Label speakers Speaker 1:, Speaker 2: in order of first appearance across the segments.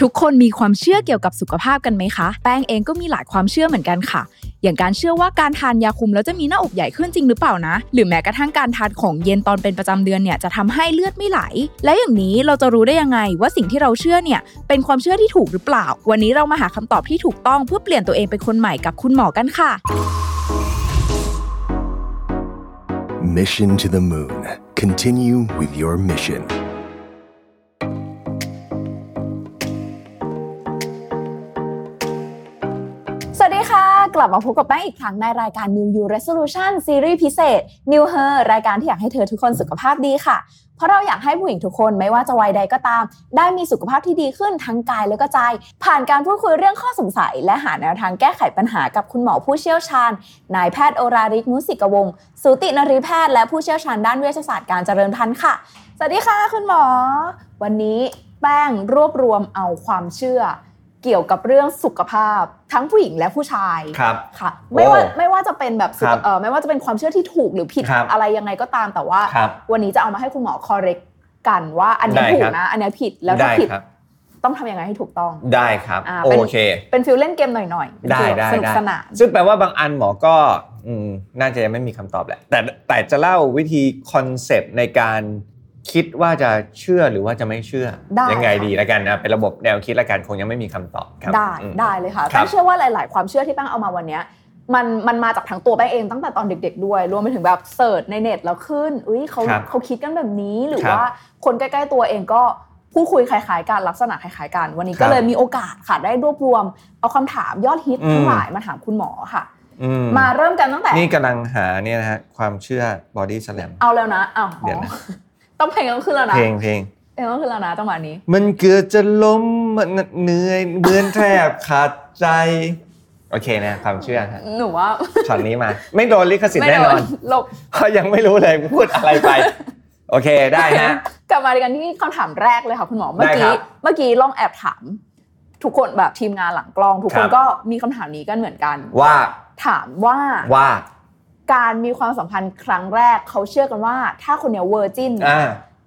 Speaker 1: ทุกคนมีความเชื่อเกี่ยวกับสุขภาพกันไหมคะ แป้งเองก็มีหลายความเชื่อเหมือนกันค่ะ อย่างการเชื่อว่าการทานยาคุมแล้วจะมีหน้าอกใหญ่ขึ้นจริงหรือเปล่านะ หรือแม้กระทั่งการทานของเย็นตอนเป็นประจำเดือนเนี่ยจะทำให้เลือดไม่ไหล และอย่างนี้เราจะรู้ได้ยังไงว่าสิ่งที่เราเชื่อเนี่ยเป็นความเชื่อที่ถูกหรือเปล่า วันนี้เรามาหาคำตอบที่ถูกต้องเพื่อเปลี่ยนตัวเองเป็นคนใหม่กับคุณหมอกันค่ะ
Speaker 2: Mission to the Moon. Continue with your mission.
Speaker 3: สวัสดีค่ะ กลับมาพบกับแป้งอีกครั้งในรายการ New You Resolution ซีรีส์พิเศษ New Her รายการที่อยากให้เธอทุกคนสุขภาพดีค่ะ เพราะเราอยากให้ผู้หญิงทุกคนไม่ว่าจะวัยใดก็ตาม ได้มีสุขภาพที่ดีขึ้นทั้งกายและก็ใจ ผ่านการพูดคุยเรื่องข้อสงสัย และหาแนวทางแก้ไขปัญหากับคุณหมอผู้เชี่ยวชาญ นายแพทย์โอราริกมุสิกวงศ์สูตินรีแพทย์และผู้เชี่ยวชาญด้านเวชศาสตร์การเจริญพันธุ์ค่ะ สวัสดีค่ะคุณหมอ วันนี้แป้งรวบรวมเอาความเชื่อ เกี่ยวกับเรื่องสุขภาพทั้งผู้หญิงและผู้ชาย
Speaker 4: ครับ
Speaker 3: ค่ะ ไม่ว่า
Speaker 4: โอ้
Speaker 3: ไม่ว่าจะเป็นแบบสุข
Speaker 4: ครับ
Speaker 3: เอ่อไม่ว่าจะเป็นความเชื่อที่ถูกหรือผิด
Speaker 4: ครับ
Speaker 3: อะไรยังไงก็ตามแต่ว่า
Speaker 4: ครับ
Speaker 3: วันนี้จะเอามาให้คุณหมอ correct กันว่าอันเนี้ย
Speaker 4: ได้
Speaker 3: ถู
Speaker 4: ครั
Speaker 3: ก
Speaker 4: บ
Speaker 3: นะ อันเนี้ยผิดแล้วถ้า
Speaker 4: ได้
Speaker 3: ผิด
Speaker 4: ครับ
Speaker 3: ต้องทำยังไงให้ถูกต้อง
Speaker 4: ได้ครับ
Speaker 3: อ่า
Speaker 4: โอ
Speaker 3: เป็น
Speaker 4: เค
Speaker 3: เป็นฟิลเล่นเกมหน่อยๆเป็น
Speaker 4: ได้
Speaker 3: ฟิลแบบ
Speaker 4: ได้
Speaker 3: สนุก
Speaker 4: ได้
Speaker 3: สนาน
Speaker 4: ซึ่งแปลว่าบางอันหมอก็อืมน่าจะยังไม่มีคำตอบแหละ แต่แต่จะเล่าวิธีคอนเซปต์ในการคิดว่าจะเชื่อหรือว่าจะไม่เชื่อ
Speaker 3: ได้
Speaker 4: ยังไง
Speaker 3: ค่ะ
Speaker 4: ดีละกันนะ เป็นระบบแนวคิดละกันคงยังไม่มีคำตอบครับ
Speaker 3: ได้
Speaker 4: อืม
Speaker 3: ได้เลยค่ะ
Speaker 4: ครั
Speaker 3: แป้
Speaker 4: บ
Speaker 3: งเชื่อว่าหลาย ๆ ความเชื่อที่แป้งเอามาวันเนี้ยมันมันมาจากทั้งตัวแป้งเองตั้งแต่ตอนเด็ก ๆ ด้วย รวมไปถึงแบบเสิร์ชในเน็ตแล้วขึ้นอุ้ยเขา
Speaker 4: ครับ
Speaker 3: เขาคิดกันแบบนี้หรือ
Speaker 4: ครับ
Speaker 3: ว่าคนใกล้ ๆ ตัวเองก็พูดคุยคล้าย ๆ กันลักษณะคล้าย ๆ กัน วันนี้
Speaker 4: ครั
Speaker 3: ก็
Speaker 4: บ
Speaker 3: เลยมีโอกาสค่ะได้รวบรวม เอาคำถามยอดฮิต
Speaker 4: อืม
Speaker 3: ทั้งหลายมาถามคุณหมอค่ะ
Speaker 4: อืม
Speaker 3: มาเริ่มกันตั้งแต่
Speaker 4: นี่กำลังหาเนี่ยนะฮะความเชื่อ body slam
Speaker 3: เอาแล้วนะอ้าว
Speaker 4: เดี๋ยวนะ
Speaker 3: ต้องเพลงต้องขึ้นแล้วนะ
Speaker 4: เพลงเพลง
Speaker 3: เพลงต้องขึ้นแล้วนะจังหวะนี้
Speaker 4: มันเกือบจะล้มมันเหนื่อยเหมือนแทบขาดใจ โอเคนะความเชื่อฮะ
Speaker 3: หนูว่า
Speaker 4: ช็อตนี้มา ไม่โดนลิขสิทธิ์
Speaker 3: ไม่
Speaker 4: แน่
Speaker 3: โด
Speaker 4: นอน น
Speaker 3: หลบ
Speaker 4: เขายังไม่รู้เลยพูดอะไรไป โอเคได้ฮะ
Speaker 3: กลับมากันที่คำถามแรกเลยค่ะคุณหมอ เมื่อ
Speaker 4: ได้ครั
Speaker 3: กี้
Speaker 4: บ
Speaker 3: เมื่อกี้ลองแอบถาม ทุกคนแบบทีมงานหลังกล้อง ทุกค
Speaker 4: ครั
Speaker 3: น
Speaker 4: บ
Speaker 3: ก็มีคำถามนี้กันเหมือนกัน
Speaker 4: ว่า
Speaker 3: ถามว่า
Speaker 4: ว่า
Speaker 3: การมีความสัมพันธ์ครั้งแรกเขาเชื่อกันว่า ถ้าคนเนี้ยเวอร์จิน
Speaker 4: อ่า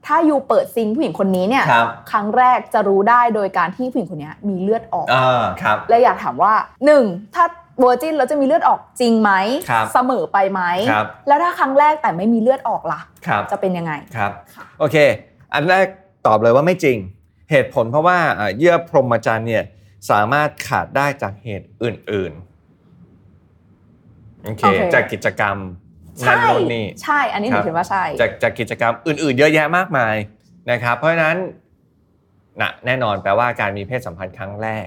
Speaker 3: ถ้าอยู่เปิดซิงผู้หญิงคนนี้เนี่ย
Speaker 4: ครับ
Speaker 3: ครั้งแรกจะรู้ได้โดยการที่ผู้หญิงคนเนี้ยมีเลือดออก
Speaker 4: อ่าครับ
Speaker 3: และอยากถามว่าหนึ่งถ้าเวอร์จินเราจะมีเลือดออกจริงไหม
Speaker 4: ครับ
Speaker 3: เสมอไปไหม
Speaker 4: ครับ
Speaker 3: แล้วถ้าครั้งแรกแต่ไม่มีเลือดออกล่ะ
Speaker 4: ครับ
Speaker 3: จะเป็นยังไง
Speaker 4: ครับ โอเค อันแรกตอบเลยว่าไม่จริง เหตุผลเพราะว่าเอ่อเยื่อพรหมจรรย์เนี่ยสามารถขาดได้จากเหตุอื่นๆ โอเค
Speaker 3: โอเค
Speaker 4: จากกิจกรรมนั่น
Speaker 3: ใช่
Speaker 4: นู่นนี่
Speaker 3: ใช่อันนี้หนู
Speaker 4: ครับ
Speaker 3: คิดว่าใช่
Speaker 4: จากจากกิจกรรมอื่นๆ เยอะแยะมากมายนะครับ เพราะฉะนั้นนะแน่นอนแปลว่าการมีเพศสัมพันธ์ครั้งแรก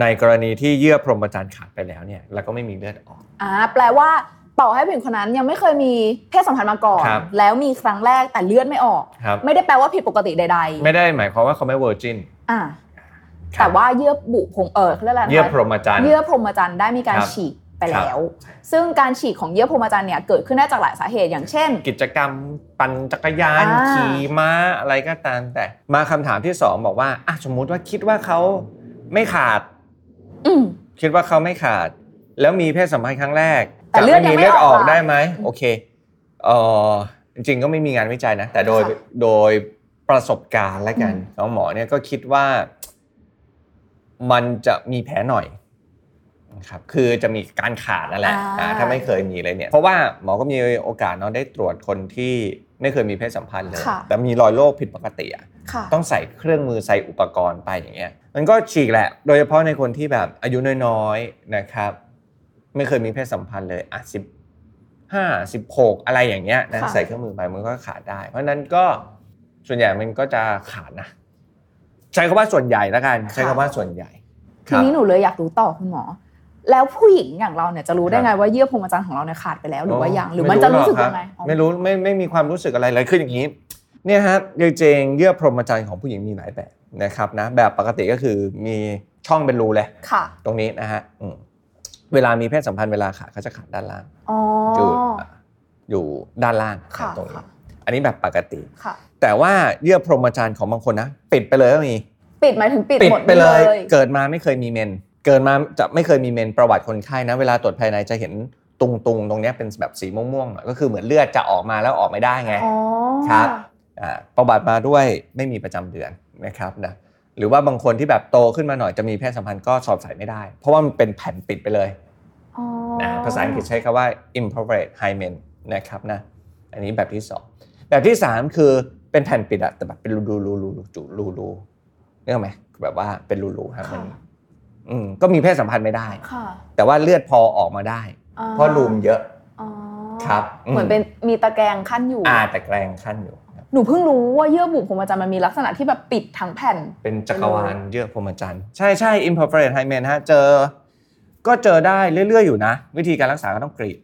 Speaker 4: ในกรณีที่เยื่อพรหมจรรย์ขาดไปแล้วเนี่ยแล้วก็ไม่มีเลือดออก
Speaker 3: อ่าแปลว่าต่อให้ผู้หญิงคนนั้นยังไม่เคยมีเพศสัมพันธ์มาก่อน
Speaker 4: ครับ
Speaker 3: แล้วมีครั้งแรกแต่เลือดไม่ออก
Speaker 4: ครับ
Speaker 3: ไม่ได้แปลว่าผิดปกติใด
Speaker 4: ไม่ได้หมายความว่าเขาไม่เวอร์จิน
Speaker 3: ๆอ่า
Speaker 4: ครับ
Speaker 3: แต่ว่าเยื่อบุพงเออเขาเรียกอะไรนะคะ
Speaker 4: เยื่อพรหมจรรย์
Speaker 3: เยื่อพรหมจรรย์ได้มีการ
Speaker 4: ครับ
Speaker 3: ฉีกไปแล้ว ซึ่งการฉีกของเยื่อพรหมจรรย์เนี่ยเกิดขึ้นได้จากหลายสาเหตุอย่างเช่น
Speaker 4: กิจกรรมปั่นจักรยาน
Speaker 3: อ่า
Speaker 4: ขี่ม้าอะไรก็ตามแต่มาคำถามที่สองบอกว่าอ่ะสมมุติว่าคิดว่าเขาไม่ขาด
Speaker 3: อืม
Speaker 4: คิดว่าเขาไม่ขาด แล้วมีเพศสัมพันธ์ครั้งแรก
Speaker 3: แต่เลือด
Speaker 4: จะ
Speaker 3: ยังไม่
Speaker 4: มีเลือดออ
Speaker 3: ออก
Speaker 4: ก
Speaker 3: อะ
Speaker 4: ได้ไหมโอเคเออจริงๆก็ไม่มีงานวิจัยนะ แต่โดย
Speaker 3: ค่ะ
Speaker 4: โดยประสบการณ์และกันของหมอเนี่ยก็คิดว่า มันจะมีแผลหน่อยนะครับคือจะมีการขาดนั่นแหละ
Speaker 3: อ่า
Speaker 4: อ่าถ้าไม่เคยมีเลยเนี่ย เพราะว่าหมอก็มีโอกาสเนาะได้ตรวจคนที่ไม่เคยมีเพศสัมพันธ์เลย
Speaker 3: ค่ะ
Speaker 4: แต่มีรอยโรคผิดปกติอะ
Speaker 3: ค่ะ
Speaker 4: ต้องใส่เครื่องมือใส่อุปกรณ์ไปอย่างเงี้ย มันก็ฉีกแหละ โดยเฉพาะในคนที่แบบอายุน้อยๆนะครับ ไม่เคยมีเพศสัมพันธ์เลยอ่ะสิบห้าสิบหกอะไรอย่างเงี้ยนะ
Speaker 3: ค่ะ
Speaker 4: ใส่เครื่องมือไปมันก็ขาดได้ เพราะฉะนั้นก็ส่วนใหญ่มันก็จะขาดนะใช้คำว่าส่วนใหญ่แล้วกัน ใช้คำว่าส่วนใหญ่ค
Speaker 3: ที
Speaker 4: รับ
Speaker 3: นี้หนูเลยอยากรู้ต่อคุณหมอ แล้วผู้หญิงอย่างเราเนี่ยจะรู้ได้
Speaker 4: ครับ
Speaker 3: ไงว่าเยื่อพรหมจรรย์ของเราเนี่ยขาดไปแล้วหรือว่ายังหรือมัน
Speaker 4: ไ
Speaker 3: จะรู้สึก
Speaker 4: หอ
Speaker 3: ยังไง
Speaker 4: ค
Speaker 3: อ๋
Speaker 4: รั
Speaker 3: อบ
Speaker 4: ไม่รู้ไม่ไม่มีความรู้สึกอะไรเลยคืออย่างนี้เนี่ยฮะจริงๆเยื่อพรหมจรรย์ของผู้หญิงมีหลายแบบนะครับนะแบบปกติก็คือมีช่องเป็นรูเลย
Speaker 3: ค่ะ
Speaker 4: ตรงนี้นะฮะอืมเวลามีเพศสัมพันธ์เวลาขาเขาจะขาดด้านล่าง
Speaker 3: อ๋อ
Speaker 4: อยู่อยู่ด้านล่าง
Speaker 3: ค่ะ
Speaker 4: ตรงนี้
Speaker 3: ค่ะ
Speaker 4: อันนี้แบบปกติ
Speaker 3: ค่ะ
Speaker 4: แต่ว่าเยื่อพรหมจรรย์ของบางคนนะปิดไปเลยก็มี
Speaker 3: ปิดหมายถึงปิด
Speaker 4: ปิด
Speaker 3: หมด
Speaker 4: ไปเลย
Speaker 3: เลย
Speaker 4: เกิดมาไม่เคยมีเมน เกิดมาจะไม่เคยมีเมนประวัติคนไข้นะ เวลาตรวจภายในจะเห็นตุงๆ ตรงเนี้ยเป็นแบบสีม่วงๆหน่อยก็คือเหมือนเลือดจะออกมาแล้วออกไม่ได้ไง
Speaker 3: อ๋อ
Speaker 4: ครับ อ่าประวัติมาด้วยไม่มีประจำเดือนนะครับนะ หรือว่าบางคนที่แบบโตขึ้นมาหน่อยจะมีเพศสัมพันธ์ก็สอดใส่ไม่ได้ เพราะว่ามันเป็นแผ่นปิดไปเลย
Speaker 3: อ๋อ
Speaker 4: นะภาษาอังกฤษใช้คำว่า imperfect hymen นะครับนะอันนี้แบบที่สองแบบที่สามคือเป็นแผ่นปิดอะแต่แบบเป็นรูรูรูรูรูจุรูรูนึกออกไหมแบบว่าเป็นรูรูครับมันอืมก็มีเพศสัมพันธ์ไม่ได้
Speaker 3: ค่ะ
Speaker 4: แต่ว่าเลือดพอออกมาได้
Speaker 3: อ่
Speaker 4: เพราะรูมเยอะ
Speaker 3: อ๋อ
Speaker 4: ครับอืม
Speaker 3: เหมือนเป็นมีตะแกรงขั้นอยู่
Speaker 4: อ่าแต่แกรงขั้นอยู่ครับ
Speaker 3: หนูเพิ่งรู้ว่าเยื่อบุพรหมจรรย์มันมีลักษณะที่แบบปิดทั้งแผ่น
Speaker 4: เป็นจักรวาลเยื่อพรหมจรรย์ ใช่ใช่ imperfect hymen ฮะ เจอ ก็เจอได้เรื่อย ๆ อยู่นะ วิธีการรักษาก็ต้องกรีด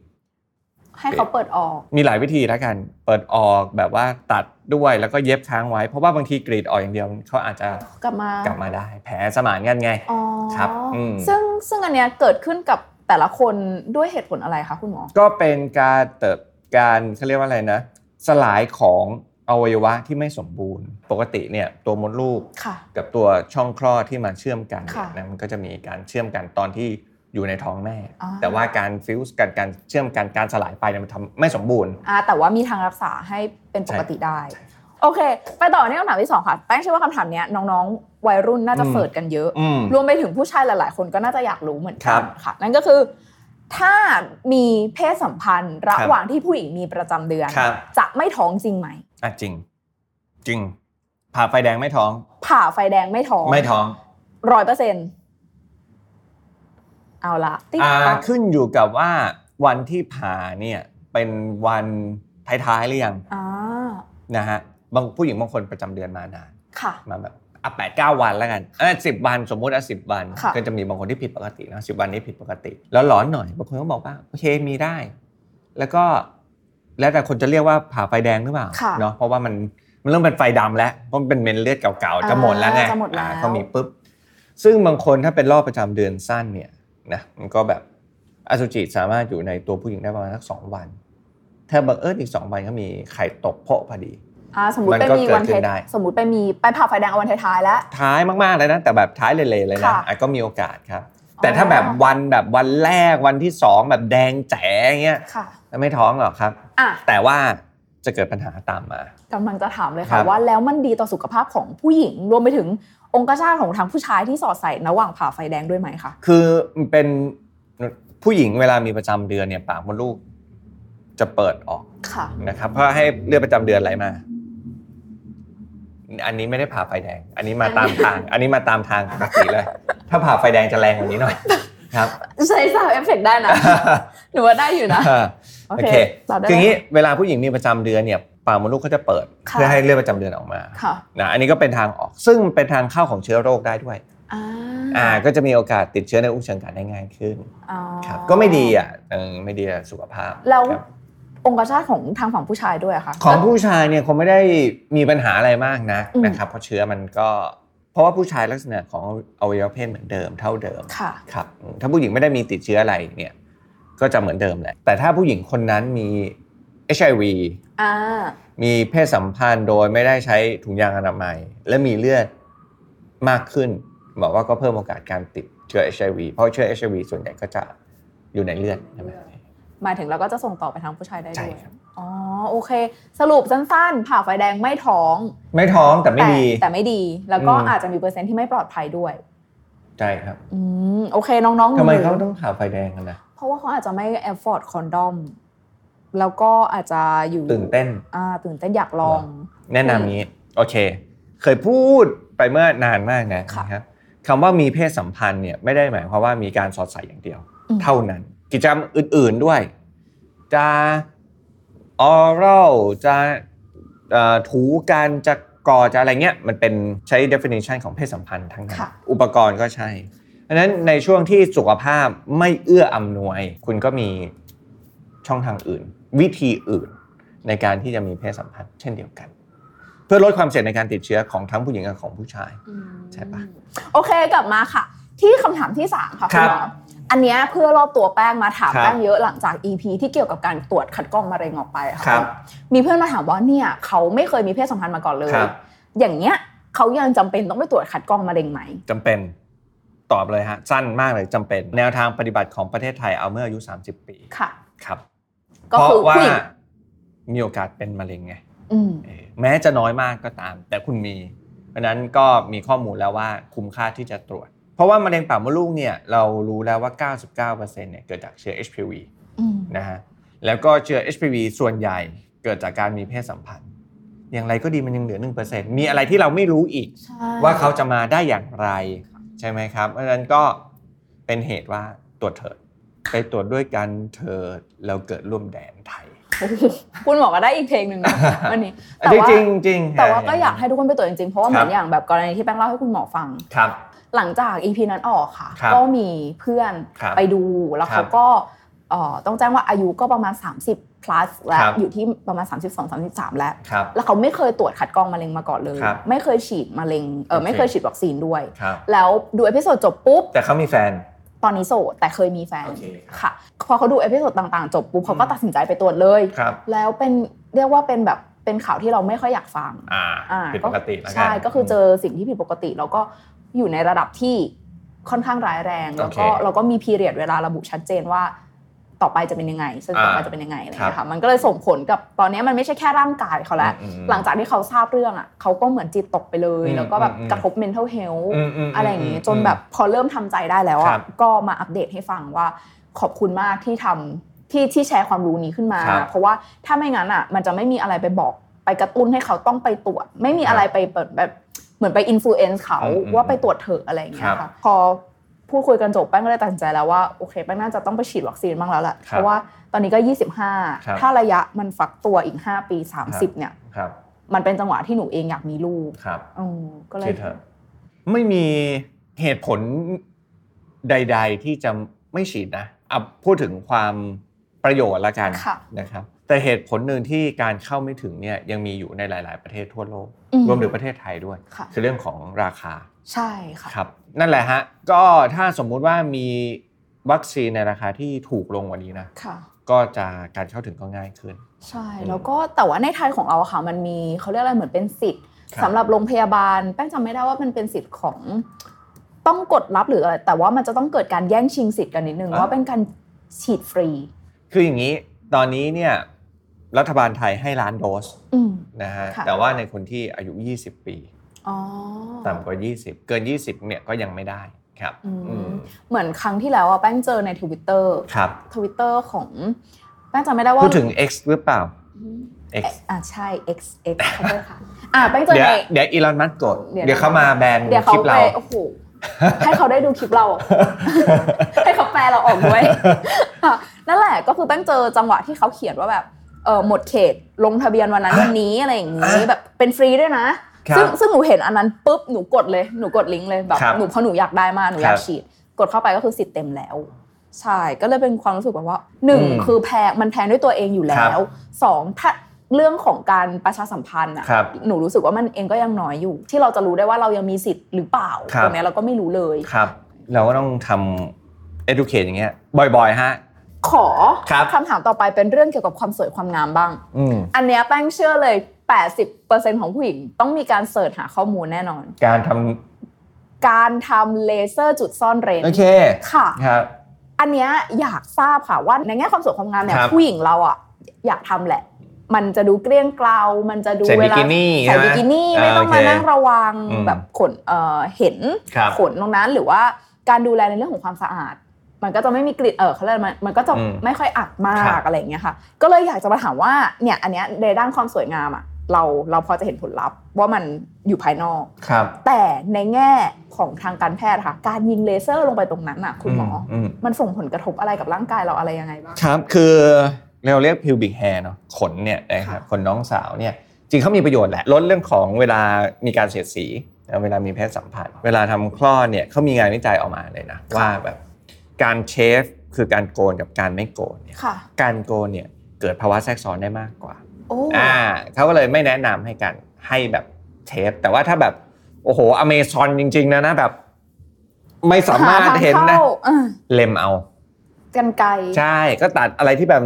Speaker 3: ให้เขาเปิดออก
Speaker 4: มีหลายวิธีแล้วกัน เปิดออกแบบว่าตัดด้วยแล้วก็เย็บค้างไว้ เพราะว่าบางทีกรีดออกอย่างเดียวเขาอาจจะ
Speaker 3: กลับมาก ก
Speaker 4: ลับมาได้ แผลสมานกันไง
Speaker 3: อ๋อ
Speaker 4: ครับอืม
Speaker 3: ซึ่งซึ่งอันเนี้ยเกิดขึ้นกับแต่ละคนด้วยเหตุผลอะไรคะคุณหมอ
Speaker 4: ก็เป็นการเติบการเขาเรียกว่าอะไรนะ สลายของอวัยวะที่ไม่สมบูรณ์ ปกติเนี่ยตัวมดลูก
Speaker 3: ค่ะ
Speaker 4: กับตัวช่องคลอดที่มาเชื่อมกันเนี่ย
Speaker 3: ค่ะ
Speaker 4: นะมันก็จะมีการเชื่อมกันตอนที่อยู่ในท้องแม่
Speaker 3: อ๋อ
Speaker 4: แต่ว่าการฟิวส์การการเชื่อมกันการสลายไปเนี่ยมันทำไม่สมบูรณ์
Speaker 3: อ่าแต่ว่ามีทางรักษาให้เป็นปกติได้
Speaker 4: ใช่ครับ
Speaker 3: โอเค ไปต่อที่คำถามที่สองค่ะ แป้งเชื่อว่าคำถามเนี้ยน้องๆ วัยรุ่นน่าจะ
Speaker 4: อืม
Speaker 3: เสิร์ชกันเยอะ
Speaker 4: อืม
Speaker 3: รวมไปถึงผู้ชายหลายๆ คนก็น่าจะอยากรู้เหมือน
Speaker 4: ค
Speaker 3: กั
Speaker 4: รั
Speaker 3: บ นค่ะ นั่นก็คือ ถ้ามีเพศสัมพันธ์ระหว่างที่ผู้หญิงมีประจำเดือน
Speaker 4: ครับ
Speaker 3: จะไม่ท้องจริงไหม
Speaker 4: อ่ะจริง จริง ผ่าไฟแดงไม่ท้อง
Speaker 3: ผ่าไฟแดงไม่ท้อง
Speaker 4: ไม่ท้อง
Speaker 3: ร้อยเปอร์เซ็นต์เอาละติ๊ก
Speaker 4: อ่า
Speaker 3: ต๊อก
Speaker 4: ขึ้นอยู่กับว่าวันที่ผ่าเนี่ยเป็นวันท้ายๆหรือยัง
Speaker 3: อ่า
Speaker 4: นะฮะบางผู้หญิงบางคนประจำเดือนมานาน
Speaker 3: ค่ะ
Speaker 4: มาแบบอ่ะแปดเก้าวันแล้วกันเออสิบวันสมมุติอ่ะสิบวัน
Speaker 3: ค่ะ
Speaker 4: ก็จะมีบางคนที่ผิดปกตินะสิบวันนี้ผิดปกติ แล้วหลอนหน่อยบางคนก็บอกว่าโอเคมีได้ แล้วก็แล้วแต่คนจะเรียกว่าผ่าไฟแดงหรือเปล่า
Speaker 3: ค่ะ
Speaker 4: เนาะเพราะว่ามันมันเริ่มเป็นไฟดำแล้วเพราะมันเป็นเมนเลือดเก่าๆจะหมดแล้วไง
Speaker 3: จะหมดแล้ว
Speaker 4: อ่าก็มีปุ๊บ ซึ่งบางคนถ้าเป็นรอบประจำเดือนสั้นเนี่ยนะมันก็แบบอสุจิสามารถอยู่ในตัวผู้หญิงได้ประมาณสักสองวัน ถ้าบังเอิญอีกสองวันก็มีไข่ตกเพาะพอดี
Speaker 3: อ่าสมมติ
Speaker 4: มั
Speaker 3: ไป
Speaker 4: นก็
Speaker 3: มี
Speaker 4: เกิด
Speaker 3: วัน
Speaker 4: ขึ้นได้
Speaker 3: ท้ายสมมติไปมีไปผ่าไฟแดงเอาวันท้ายๆแล้ว
Speaker 4: ท้ายมากๆเลยนะ แต่แบบท้ายเลยๆเลยนะ
Speaker 3: ค่ะ
Speaker 4: อ่ะก็มีโอกาสครับ แต่ถ้าแบบวันแบบวันแรกวันที่สองแบบแดงแจ๋อย่างเงี้ย
Speaker 3: ค่ะ
Speaker 4: ไม่ท้องหรอกครับ
Speaker 3: อ่ะ
Speaker 4: แต่ว่าจะเกิดปัญหาตามมา
Speaker 3: กำลังจะถามเลย
Speaker 4: ครั
Speaker 3: ค่ะ
Speaker 4: บ
Speaker 3: ว่าแล้วมันดีต่อสุขภาพของผู้หญิง รวมไปถึงองคชาตของทางผู้ชายที่สอดใส่ระหว่างผ่าไฟแดงด้วยไหมคะ
Speaker 4: คือมันเป็นผู้หญิงเวลามีประจำเดือนเนี่ยปากมดลูกจะเปิดออก
Speaker 3: ค่ะ
Speaker 4: นะครับ เพื่อให้เลือดประจำเดือนไหลมา อันนี้ไม่ได้ผ่าไฟแดง อันนี้มาตามทาง อันนี้มาตามทางปกติเลย ถ้าผ่าไฟแดงจะแรงกว่านี้หน่อยครับ
Speaker 3: ใช้สาวเอฟเฟกต์ได้นะ หนูว่าได้อยู่นะ
Speaker 4: โอ
Speaker 3: โอ
Speaker 4: เค
Speaker 3: เคตอบได้
Speaker 4: คืออย่าง
Speaker 3: แล้ว
Speaker 4: นี้เวลาผู้หญิงมีประจำเดือนเนี่ยปากมดลูกเขาจะเปิด
Speaker 3: ค่ะ
Speaker 4: เพื่อให้เลือดประจำเดือนออกมา
Speaker 3: ค่ะ
Speaker 4: นะอันนี้ก็เป็นทางออก ซึ่งเป็นทางเข้าของเชื้อโรคได้ด้วย
Speaker 3: อ่า
Speaker 4: อ่าก็จะมีโอกาสติดเชื้อในอุ้งเชิงการได้ง่ายขึ้น
Speaker 3: อ๋อ
Speaker 4: ครับก็ไม่ดีอ่ะเออไม่ดีอะสุขภาพ
Speaker 3: แล้ว
Speaker 4: ครับ
Speaker 3: องคชาตของทางฝั่งผู้ชายด้วยอะค่ะ
Speaker 4: ของผู้ชายเนี่ยคงไม่ได้มีปัญหาอะไรมากนะ
Speaker 3: อืม
Speaker 4: นะครับเพราะเชื้อมันก็เพราะว่าผู้ชายลักษณะของอวัยวะเพศเหมือนเดิมเท่าเดิม
Speaker 3: ค่ะ
Speaker 4: ครับอืมถ้าผู้หญิงไม่ได้มีติดเชื้ออะไรเนี่ยก็จะเหมือนเดิมแหละ แต่ถ้าผู้หญิงคนนั้นมี HIV
Speaker 3: อ่า
Speaker 4: มีเพศสัมพันธ์โดยไม่ได้ใช้ถุงยางอนามัย และมีเลือดมากขึ้นบอกว่าก็เพิ่มโอกาสการติดเชื้อ HIV เพราะเชื้อ HIV ส่วนใหญ่ก็จะอยู่ในเลือดใช่ไหม
Speaker 3: หมายถึงเราก็จะส่งต่อไปทางผู้ชายได้
Speaker 4: ใช่
Speaker 3: ด้วย
Speaker 4: ครับ
Speaker 3: อ๋อ โอเค สรุปสั้นๆ ผ่าไฟแดงไม่ท้อง
Speaker 4: ไม่ท้องแต่ไม่ดี
Speaker 3: แต่แต่ไม่ดี แล้วก็
Speaker 4: อืม
Speaker 3: อาจจะมีเปอร์เซ็นต์ที่ไม่ปลอดภัยด้วย
Speaker 4: ใช่ครับ
Speaker 3: อืม โอเค น้องๆ
Speaker 4: ทำไม
Speaker 3: หนู
Speaker 4: เขา
Speaker 3: ๆ
Speaker 4: ต้องผ่าไฟแดงกันนะ
Speaker 3: เพราะว่าเขาอาจจะไม่ afford คอนดอม แล้วก็อาจจะอยู่
Speaker 4: ตื่นเต้น
Speaker 3: อ่าตื่นเต้นอยากลอง
Speaker 4: แนะนำนี้ โอเค เคยพูดไปเมื่อนานมากนะ
Speaker 3: ค่ะ
Speaker 4: นะครับคำว่ามีเพศสัมพันธ์เนี่ยไม่ได้หมายความว่ามีการสอดใส่อย่างเดียว
Speaker 3: อืม
Speaker 4: เท่านั้น กิจกรรมอื่นๆด้วย จะออรัลจะเอ่อถูกันจะกอดจะอะไรเงี้ยมันเป็นใช้ definition ของเพศสัมพันธ์ทั้งนั้น
Speaker 3: ค่ะ
Speaker 4: อุปกรณ์ก็ใช่เพราะฉะนั้นในช่วงที่สุขภาพไม่เอื้ออำนวย คุณก็มีช่องทางอื่น วิธีอื่นในการที่จะมีเพศสัมพันธ์เช่นเดียวกัน เพื่อลดความเสี่ยงในการติดเชื้อของทั้งผู้หญิงและของผู้ชาย ใช่ปะ
Speaker 3: โอเคกลับมาค่ะ ที่คำถามที่ 3 ค่ะ
Speaker 4: ค
Speaker 3: คุ
Speaker 4: รั
Speaker 3: ณ
Speaker 4: บ
Speaker 3: หมออันเนี้ยเพื่อรอบตัวแป้งมาถาม
Speaker 4: ครับ
Speaker 3: แป้งเยอะหลังจาก EP ที่เกี่ยวกับการตรวจคัดกรองมะเร็งออกไปอะ
Speaker 4: ครับ
Speaker 3: มีเพื่อนมาถามว่าเนี่ยเขาไม่เคยมีเพศสัมพันธ์มาก่อนเลย
Speaker 4: ครับ
Speaker 3: อย่างเงี้ยเขายังจำเป็นต้องไปตรวจคัดกรองมะเร็งไหม
Speaker 4: จำเป็นตอบเลยฮะสั้นมากเลยจำเป็น แนวทางปฏิบัติของประเทศไทยเอาเมื่ออายุ 30 ปี
Speaker 3: ค่ะ
Speaker 4: ครับ
Speaker 3: ก็
Speaker 4: เพ
Speaker 3: คือ
Speaker 4: ราะว่า
Speaker 3: ผู้หญิง
Speaker 4: มีโอกาสเป็นมะเร็งไง
Speaker 3: อืม
Speaker 4: เออแม้จะน้อยมากก็ตาม แต่คุณมี เพราะฉะนั้นก็มีข้อมูลแล้วว่าคุ้มค่าที่จะตรวจ เพราะว่ามะเร็งปากมดลูกเนี่ยเรารู้แล้วว่า 99%เนี่ยเกิดจากเชื้อ HPV
Speaker 3: อืม
Speaker 4: นะฮะแล้วก็เชื้อ HPV ส่วนใหญ่เกิดจากการมีเพศสัมพันธ์ อย่างไรก็ดีมันยังเหลือ 1%มีอะไรที่เราไม่รู้อีก
Speaker 3: ใช่
Speaker 4: ว่าเขาจะมาได้อย่างไร ใช่ไหมครับ เพราะฉะนั้นก็เป็นเหตุว่าตรวจเถิด ไปตรวจด้วยกันเถิดเราเกิดร่วมแดนไท ย
Speaker 3: คุณหมอก็ได้อีกเพลงหนึ่งนะ วันนี้ แต่
Speaker 4: จริง
Speaker 3: ว่า
Speaker 4: จริงๆจริงๆ
Speaker 3: แต่ว่าก็อยากให้ทุกคนไปตรวจจริงๆ เพราะว่าเหมือน
Speaker 4: ครับ
Speaker 3: อย่างแบบกรณีที่แป้งเล่าให้คุณหมอฟัง
Speaker 4: ครับ
Speaker 3: หลังจาก EP นั้นออกค่ะ
Speaker 4: ครับ
Speaker 3: ก็มีเพื่อน
Speaker 4: ครับ
Speaker 3: ไปดูแล้ว
Speaker 4: ครั
Speaker 3: เขา
Speaker 4: บ
Speaker 3: ก็เอ่อต้องแจ้งว่าอายุก็ประมาณ 30 plus แล้
Speaker 4: คว รับ
Speaker 3: อยู่ที่ประมาณ 32 33 แล้ว
Speaker 4: ครับ
Speaker 3: แล้วเขาไม่เคยตรวจคัดกรองมะเร็งมาก่อนเลย
Speaker 4: ครับ
Speaker 3: ไม่เคยฉีดมะเร็งเออ
Speaker 4: โอเค
Speaker 3: ไม่เคยฉีดวัคซีนด้วย
Speaker 4: ครับ
Speaker 3: แล้วดูเอพิโซดจบปุ๊บ
Speaker 4: แต่เขามีแฟน
Speaker 3: ตอนนี้โสดแต่เคยมีแฟน
Speaker 4: โอเคครับ
Speaker 3: ค่ะ พอเขาดูเอพิโซดต่างๆ จบปุ๊บเขาก็
Speaker 4: อืม
Speaker 3: ตัดสินใจไปตรวจเลย
Speaker 4: ครับ
Speaker 3: แล้วเป็นเรียกว่าเป็นแบบเป็นข่าวที่เราไม่ค่อยอยากฟัง
Speaker 4: อ่า
Speaker 3: อ่า
Speaker 4: ผิดปกติแล้วกัน
Speaker 3: ใช่ก็คือเจอสิ่งที่ผิดปกติ แล้วก็อยู่ในระดับที่ค่อนข้างร้ายแรง แล้วก็
Speaker 4: โอเค
Speaker 3: เราก็มีพีเรียดเวลาระบุชัดเจนว่าต่อไปจะเป็นยังไงเส้นต่อไป
Speaker 4: อ่า
Speaker 3: จะเป็นยังไงอะไร
Speaker 4: ครับ
Speaker 3: นะคะมันก็เลยส่งผลกับตอนนี้มันไม่ใช่แค่ร่างกายเขาแล้ว
Speaker 4: อืม
Speaker 3: หลังจากที่เขาทราบเรื่องอ่ะเขาก็เหมือนจิตตกไปเลย
Speaker 4: อืม
Speaker 3: แล้วก็แบบ
Speaker 4: อืม
Speaker 3: กระทบ mental health
Speaker 4: มม
Speaker 3: อะไรอย่างงี้จนแบบพอเริ่มทำใจได้แล้ว
Speaker 4: ครั
Speaker 3: อ่ะ
Speaker 4: บ
Speaker 3: ก็มาอัปเดตให้ฟังว่าขอบคุณมากที่ทำที่ที่แชร์ความรู้นี้ขึ้นมา
Speaker 4: ครับ
Speaker 3: เพราะว่าถ้าไม่งั้นอ่ะมันจะไม่มีอะไรไปบอกไปกระตุ้นให้เขาต้องไปตรวจ ไม่มีอะไรไปเปิดแบบเหมือนไปอิม l u e n เอนซ์เขา
Speaker 4: อืมอืม
Speaker 3: ว่าไปตรวจเถอะอะไรอย่างเงี้ย
Speaker 4: ครั
Speaker 3: ค่ะ
Speaker 4: บ
Speaker 3: พอพูดคุยกันจบแป้งก็เลยตัดสินใจแล้วว่าโอเคแป้งน่าจะต้องไปฉีดวัคซีนบ้างแล้วแหละ
Speaker 4: ครับ
Speaker 3: เพราะว่าตอนนี้ก็
Speaker 4: ครับ
Speaker 3: 25 ถ้าระยะมันฟักตัวอีก 5 ปี
Speaker 4: ครับ
Speaker 3: 30เนี่ย
Speaker 4: ครับ
Speaker 3: มันเป็นจังหวะที่หนูเองอยากมีลูก
Speaker 4: ครับ
Speaker 3: อืมก็เลย
Speaker 4: คิดเถอะไม่มีเหตุผลใด ๆ ที่จะไม่ฉีดนะเอาพูดถึงความประโยชน์ละกัน
Speaker 3: ค่ะ
Speaker 4: นะครับ แต่เหตุผลหนึ่งที่การเข้าไม่ถึงเนี่ยยังมีอยู่ในหลาย ๆ ประเทศทั่วโลก
Speaker 3: อืม
Speaker 4: รวมถึงประเทศไทยด้วย
Speaker 3: ค่ะ
Speaker 4: คือเรื่องของราคา
Speaker 3: ใช่ค่ะ
Speaker 4: ครับนั่นแหละฮะก็ถ้าสมมุติว่ามีวัคซีนในราคาที่ถูกลงกวันนี้นะ
Speaker 3: ค่ะ
Speaker 4: ก็จะการเข้าถึงก็ง่ายขึ้น
Speaker 3: ใช่
Speaker 4: อืม
Speaker 3: แล้วก็แต่ว่าในไทยของเราอะค่ะมันมีเขาเรียกอะไรเหมือนเป็นสิทธิ์
Speaker 4: ครับ
Speaker 3: สำหรับโรงพยาบาลแป้งจำไม่ได้ว่ามันเป็นสิทธิ์ของต้องกดรับหรืออะไรแต่ว่ามันจะต้องเกิดการแย่งชิงสิทธิ์กันนิดนึง
Speaker 4: อ่า
Speaker 3: ว่าเป็นการฉีดฟรี
Speaker 4: คืออย่างนี้ตอนนี้เนี่ยรัฐบาลไทยให้ล้านโดส
Speaker 3: อืม
Speaker 4: นะฮะ
Speaker 3: ค่ะ
Speaker 4: แต่ว่าในคนที่อายุ 20 ปี
Speaker 3: อ๋อ
Speaker 4: ต่ำกว่า 20 เกิน 20เนี่ยก็ยังไม่ได้ครับ
Speaker 3: อืม
Speaker 4: อืม
Speaker 3: เหมือนครั้งที่แล้วอะแป้งเจอในทวิตเตอร์
Speaker 4: ครับ
Speaker 3: ทวิตเตอร์ของแป้งจำไม่ได้ว่า
Speaker 4: พูดถึง X หรือเปล่า
Speaker 3: อืม
Speaker 4: X
Speaker 3: อ่าใช่ x x ขอโทษค่ะ อ่าแป้งเจอ
Speaker 4: เดี๋ยว
Speaker 3: ใน
Speaker 4: เดี๋ยวอีลอนมัสก์กด
Speaker 3: เดี๋ยว
Speaker 4: เดี๋ยวเขามาแบน
Speaker 3: เดี๋ยว
Speaker 4: ค
Speaker 3: เขา
Speaker 4: ลิป
Speaker 3: ไป
Speaker 4: เรา
Speaker 3: โอ้โห ให้เขาได้ดูคลิปเรา ให้เขาแปลเราออก ด้วย นั่นแหละก็คือแป้งเจอจังหวะที่เขาเขียนว่าแบบเออหมดเขตลงทะเบียนวันนั้นวันนี้อะไรอย่างนี้แบบเป็นฟรีด้วยนะ
Speaker 4: ครับ
Speaker 3: ซึ่งซึ่งหนูเห็นอันนั้นปุ๊บหนูกดเลยหนูกดลิงก์เลยแบบ
Speaker 4: ครับ
Speaker 3: หนูเพราะหนูอยากได้มากหนูอยา
Speaker 4: ค
Speaker 3: ก
Speaker 4: รับ
Speaker 3: ฉีด กดเข้าไปก็คือสิทธิ์เต็มแล้ว ใช่ก็เลยเป็นความรู้สึกแบบว่าหนึ่ง
Speaker 4: อืม
Speaker 3: คือแพงมันแพงด้วยตัวเองอยู่แล้
Speaker 4: ครั
Speaker 3: ว
Speaker 4: บ
Speaker 3: สองถ้าเรื่องของการประชาสัมพันธ์อะ
Speaker 4: ครับ
Speaker 3: หนูรู้สึกว่ามันเองก็ยังน้อยอยู่ ที่เราจะรู้ได้ว่าเรายังมีสิทธิ์หรือเปล่า
Speaker 4: ครับ
Speaker 3: ตรงเนี้ยเราก็ไม่รู้เลย
Speaker 4: ครับ เราก็ต้องทำ educate อย่างเงี้ยบ่อยๆฮะ
Speaker 3: ขอ
Speaker 4: ครับ
Speaker 3: ถามต่อไปเป็นเรื่องเกี่ยวกับความสวยความงามบ้าง
Speaker 4: อืม
Speaker 3: อันเนี้ยแป้งเชื่อเลย 80%ของผู้หญิงต้องมีการเสิร์ชหาข้อมูลแน่นอน
Speaker 4: การท
Speaker 3: การทำเลเซอร์จุดซ่อนเร้น
Speaker 4: ำโอเค
Speaker 3: ค่ะ
Speaker 4: ครับ
Speaker 3: อันเนี้ยอยากทราบค่ะว่าในแง่ความสวยความงามเนี่ย
Speaker 4: ครับ
Speaker 3: ผู้หญิงเราอ่ะอยากทำแหละ มันจะดูเกลี้ยงเกลา มันจะดู
Speaker 4: ใส่
Speaker 3: เว
Speaker 4: บิ
Speaker 3: ลา
Speaker 4: กินี่
Speaker 3: ใส่
Speaker 4: ช่ห
Speaker 3: บิกินี่ไม่ต้องมานั่ง
Speaker 4: โเค
Speaker 3: ระวัง
Speaker 4: อืม
Speaker 3: แบบขนเอ่อเห็น
Speaker 4: ครับ
Speaker 3: ขนตรงนั้นหรือว่าการดูแลในเรื่องของความสะอาด มันก็จะไม่มีกลิ่นเออเขาเรียกอะไรมันมันก็จะ
Speaker 4: อืม
Speaker 3: ไม่ค่อยอับมา
Speaker 4: ครั
Speaker 3: ก
Speaker 4: บ
Speaker 3: อะไรอย่างเงี้ยค่ะ ก็เลยอยากจะมาถามว่าเนี่ยอันเนี้ยในด้านความสวยงามอะเราเราพอจะเห็นผลลัพธ์ว่ามันอยู่ภายนอก
Speaker 4: ครับ
Speaker 3: แต่ในแง่ของทางการแพทย์ค่ะ การยิงเลเซอร์ลงไปตรงนั้นอะคุณหมออ
Speaker 4: มม
Speaker 3: มันส่งผลกระทบอะไรกับร่างกายเราอะไรยังไงบ้าง
Speaker 4: ครับคือเราเรียก pubic hair เนาะขนเนี่ยนะครับ
Speaker 3: ค่ะ
Speaker 4: ขนน้องสาวเนี่ยจริงเขามีประโยชน์แหละลดเรื่องของเวลามีการเสียดสีนะเวลามีเพศสัมพันธ์ เวลาทำคลอดเนี่ยเขามีงานวิจัยออกมาเลยนะ ว่าแบบการเชฟคือการโกนกับการไม่โกนเนี่ย
Speaker 3: ค่ะ
Speaker 4: การโกนเนี่ยเกิดภาวะแทรกซ้อนได้มากกว่า
Speaker 3: โอ้
Speaker 4: อ่าเขาก็เลยไม่แนะนำให้กันให้แบบเทป แต่ว่าถ้าแบบ โอ้โหอเมซอนจริง ๆ นะนะแบบ ไม่สามารถ
Speaker 3: ทง
Speaker 4: เห็นนะ
Speaker 3: ข้าเออ
Speaker 4: เล็มเอา
Speaker 3: กันไกล
Speaker 4: ใช่ก็ตัดอะไรที่แบบ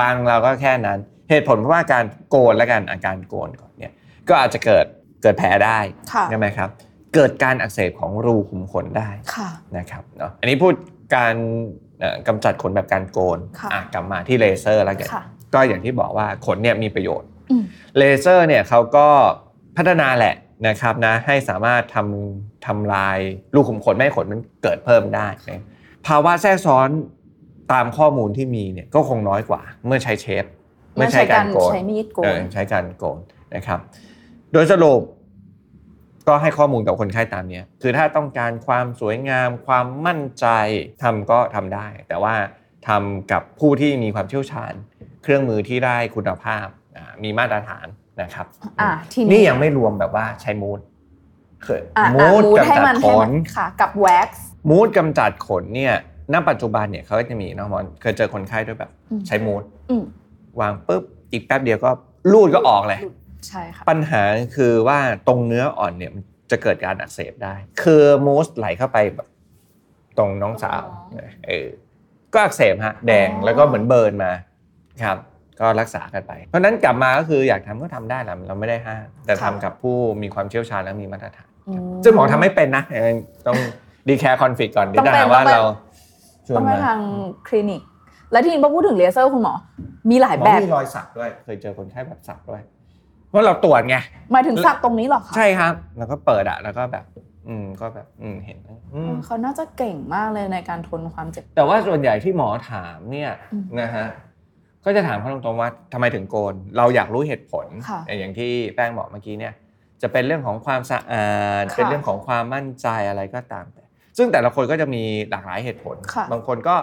Speaker 4: บางเราก็แค่นั้น เหตุผลเพราะว่าการโกนและกันอาการโกนก่อนเนี่ย ก็อาจจะเกิดเกิดแผลได้
Speaker 3: ค่ะ
Speaker 4: ใช่ไหมครับ เกิดการอักเสบของรูขุมขนได้
Speaker 3: ค่ะ
Speaker 4: นะครับเนาะอันนี้พูดการเอ่อกำจัดขนแบบการโกน
Speaker 3: ค่ะ
Speaker 4: อ่ะกลับมาที่เลเซอร์แล้วกัน
Speaker 3: ค่ะ
Speaker 4: ก็อย่างที่บอกว่าขนเนี่ยมีประโยชน์
Speaker 3: อืม
Speaker 4: เลเซอร์เนี่ยเขาก็พัฒนาแหละ นะครับนะให้สามารถทำทำลายลูกขุมขนแม่ให้ขนมันเกิดเพิ่มได้นะภาวะแทรกซ้อนตามข้อมูลที่มีเนี่ยก็คงน้อยกว่า เมื่อใช้เชฟเมื่อใช้การโกน
Speaker 3: ใช้มีดโก
Speaker 4: เอน อใช้การโกนนะครับ โดยสรุปก็ให้ข้อมูลกับคนไข้ตามเนี้ยคือถ้าต้องการความสวยงาม ความมั่นใจทำก็ทำได้ แต่ว่าทำกับผู้ที่มีความเชี่ยวชาญ เครื่องมือที่ได้คุณภาพอ่ามีมาตรฐานนะครับ
Speaker 3: อ่ะทีนี้
Speaker 4: นี่ยังไม่รวมแบบว่าใช้มูดเคย
Speaker 3: อ่ะ
Speaker 4: มู
Speaker 3: อ่ะ
Speaker 4: ด
Speaker 3: มูด
Speaker 4: กำ
Speaker 3: ให้
Speaker 4: จั
Speaker 3: มั
Speaker 4: ด
Speaker 3: น
Speaker 4: ข
Speaker 3: ให้มัน นค่ะ กับแว็กซ์
Speaker 4: มูดกำจัดขนเนี่ย ณ ปัจจุบันเนี่ยเขาก็จะมีเนาะหมอเคยเจอคนไข้ด้วยแบบ
Speaker 3: อืม
Speaker 4: ใช้มูด
Speaker 3: อืม
Speaker 4: วางปุ๊บ อีกแป๊บเดียวก็รูดก็ออกเลย
Speaker 3: ใช่ค่ะ
Speaker 4: ปัญหาคือว่าตรงเนื้ออ่อนเนี่ยมันจะเกิดการอักเสบได้ คือมูสไหลเข้าไปแบบ ตรงน้องสาว
Speaker 3: อ๋อ
Speaker 4: เออก็อักเสบฮะ แดง
Speaker 3: อ๋อ
Speaker 4: แล้วก็เหมือนเบิร์นมาครับ ก็รักษากันไป เพราะฉะนั้นกลับมาก็คืออยากทำก็ทำได้แหละเราไม่ได้ห้ามแต่ทำกับผู้มีความเชี่ยวชาญและมีมาตรฐาน ซึ่งหมอทำไม่เป็นนะเออต้องดีแคร์คอนฟ lict ก่อนเดี๋ยวจะหาว่าเราชว
Speaker 3: ต้อง
Speaker 4: น
Speaker 3: ไป
Speaker 4: มา
Speaker 3: ทางคลินิก แล้วทีนี้พอพูดถึงเลเซอร์คุณหมอ มีหลาย
Speaker 4: หม
Speaker 3: แบ
Speaker 4: อบ มีรอยสักด้วย เคยเจอคนไข้แบบสักด้วย เพราะเราตรวจไง
Speaker 3: หมายถึงสักตรงนี้เหรอคะ
Speaker 4: ใช่ครับ แล้วก็เปิดอะแล้วก็แบบ อืมก็แบบ อืมเห็นอื
Speaker 3: เอ
Speaker 4: ม
Speaker 3: อเขาน่าจะเก่งมากเลยในการทนความเจ็บ
Speaker 4: แต่ว่าส่วนใหญ่ที่หมอถามเนี่ย
Speaker 3: อืม
Speaker 4: นะฮะก็จะถามเขาตรงๆว่าทำไมถึงโกน เราอยากรู้เหตุผล
Speaker 3: ค่ะ
Speaker 4: อย่างที่แป้งบอกเมื่อกี้เนี่ย จะเป็นเรื่องของความสะอาด
Speaker 3: ค่ะ
Speaker 4: เป็นเรื่องของความมั่นใจอะไรก็ตามแต่ ซึ่งแต่ละคนก็จะมีหลากหลายเหตุผล
Speaker 3: ค่ะ
Speaker 4: บางคนก็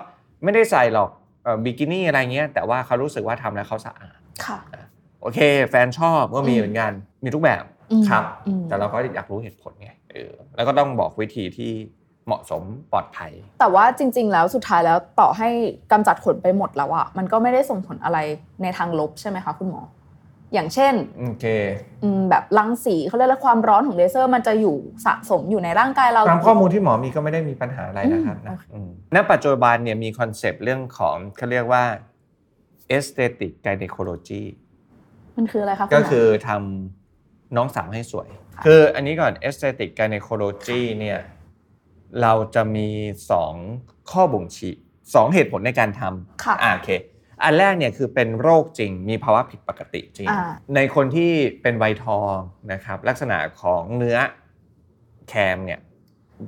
Speaker 4: ไม่ได้ใส่หรอกเอ่อบิกินี่อะไรเงี้ยแต่ว่าเขารู้สึกว่าทำแล้วเขาสะอาด
Speaker 3: ค่ะ
Speaker 4: โอเค แฟนชอบก็มี
Speaker 3: อืม
Speaker 4: เหมือนกันมีทุกแบบ
Speaker 3: อืม
Speaker 4: ครับ
Speaker 3: อืม
Speaker 4: แต่เราก็อยากรู้เหตุผลไงเออแล้วก็ต้องบอกวิธีที่เหมาะสมปลอดภัย
Speaker 3: แต่ว่าจริง ๆ แล้วสุดท้ายแล้วต่อให้กำจัดขนไปหมดแล้วอะมันก็ไม่ได้ส่งผลอะไรในทางลบใช่ไหมคะคุณหมอ อย่างเช่น
Speaker 4: โอเค
Speaker 3: อืมแบบรังสีเขาเรียกอะไรความร้อนของเลเซอร์มันจะอยู่สะสมอยู่ในร่างกายเรา
Speaker 4: ตามข้อมูลที่หมอมีก็ไม่ได้มีปัญหาอะไรนะครับ
Speaker 3: อืม
Speaker 4: นะมณปัจจุบันเนี่ยมีคอนเซปต์เรื่องของเขาเรียกว่า aesthetic gynecology
Speaker 3: มันคืออะไรคะณหม
Speaker 4: ก็คือทำน้องสาวให้สวย คืออันนี้ก่อน aesthetic gynecology เนี่ยเราจะมีสองข้อบ่งชี้สองเหตุผลในการทำ
Speaker 3: ค่ะ
Speaker 4: อ่าโอเค อันแรกเนี่ยคือเป็นโรคจริง มีภาวะผิดปกติจริง
Speaker 3: อ่า
Speaker 4: ในคนที่เป็นวัยทองนะครับ ลักษณะของเนื้อแคมเนี่ย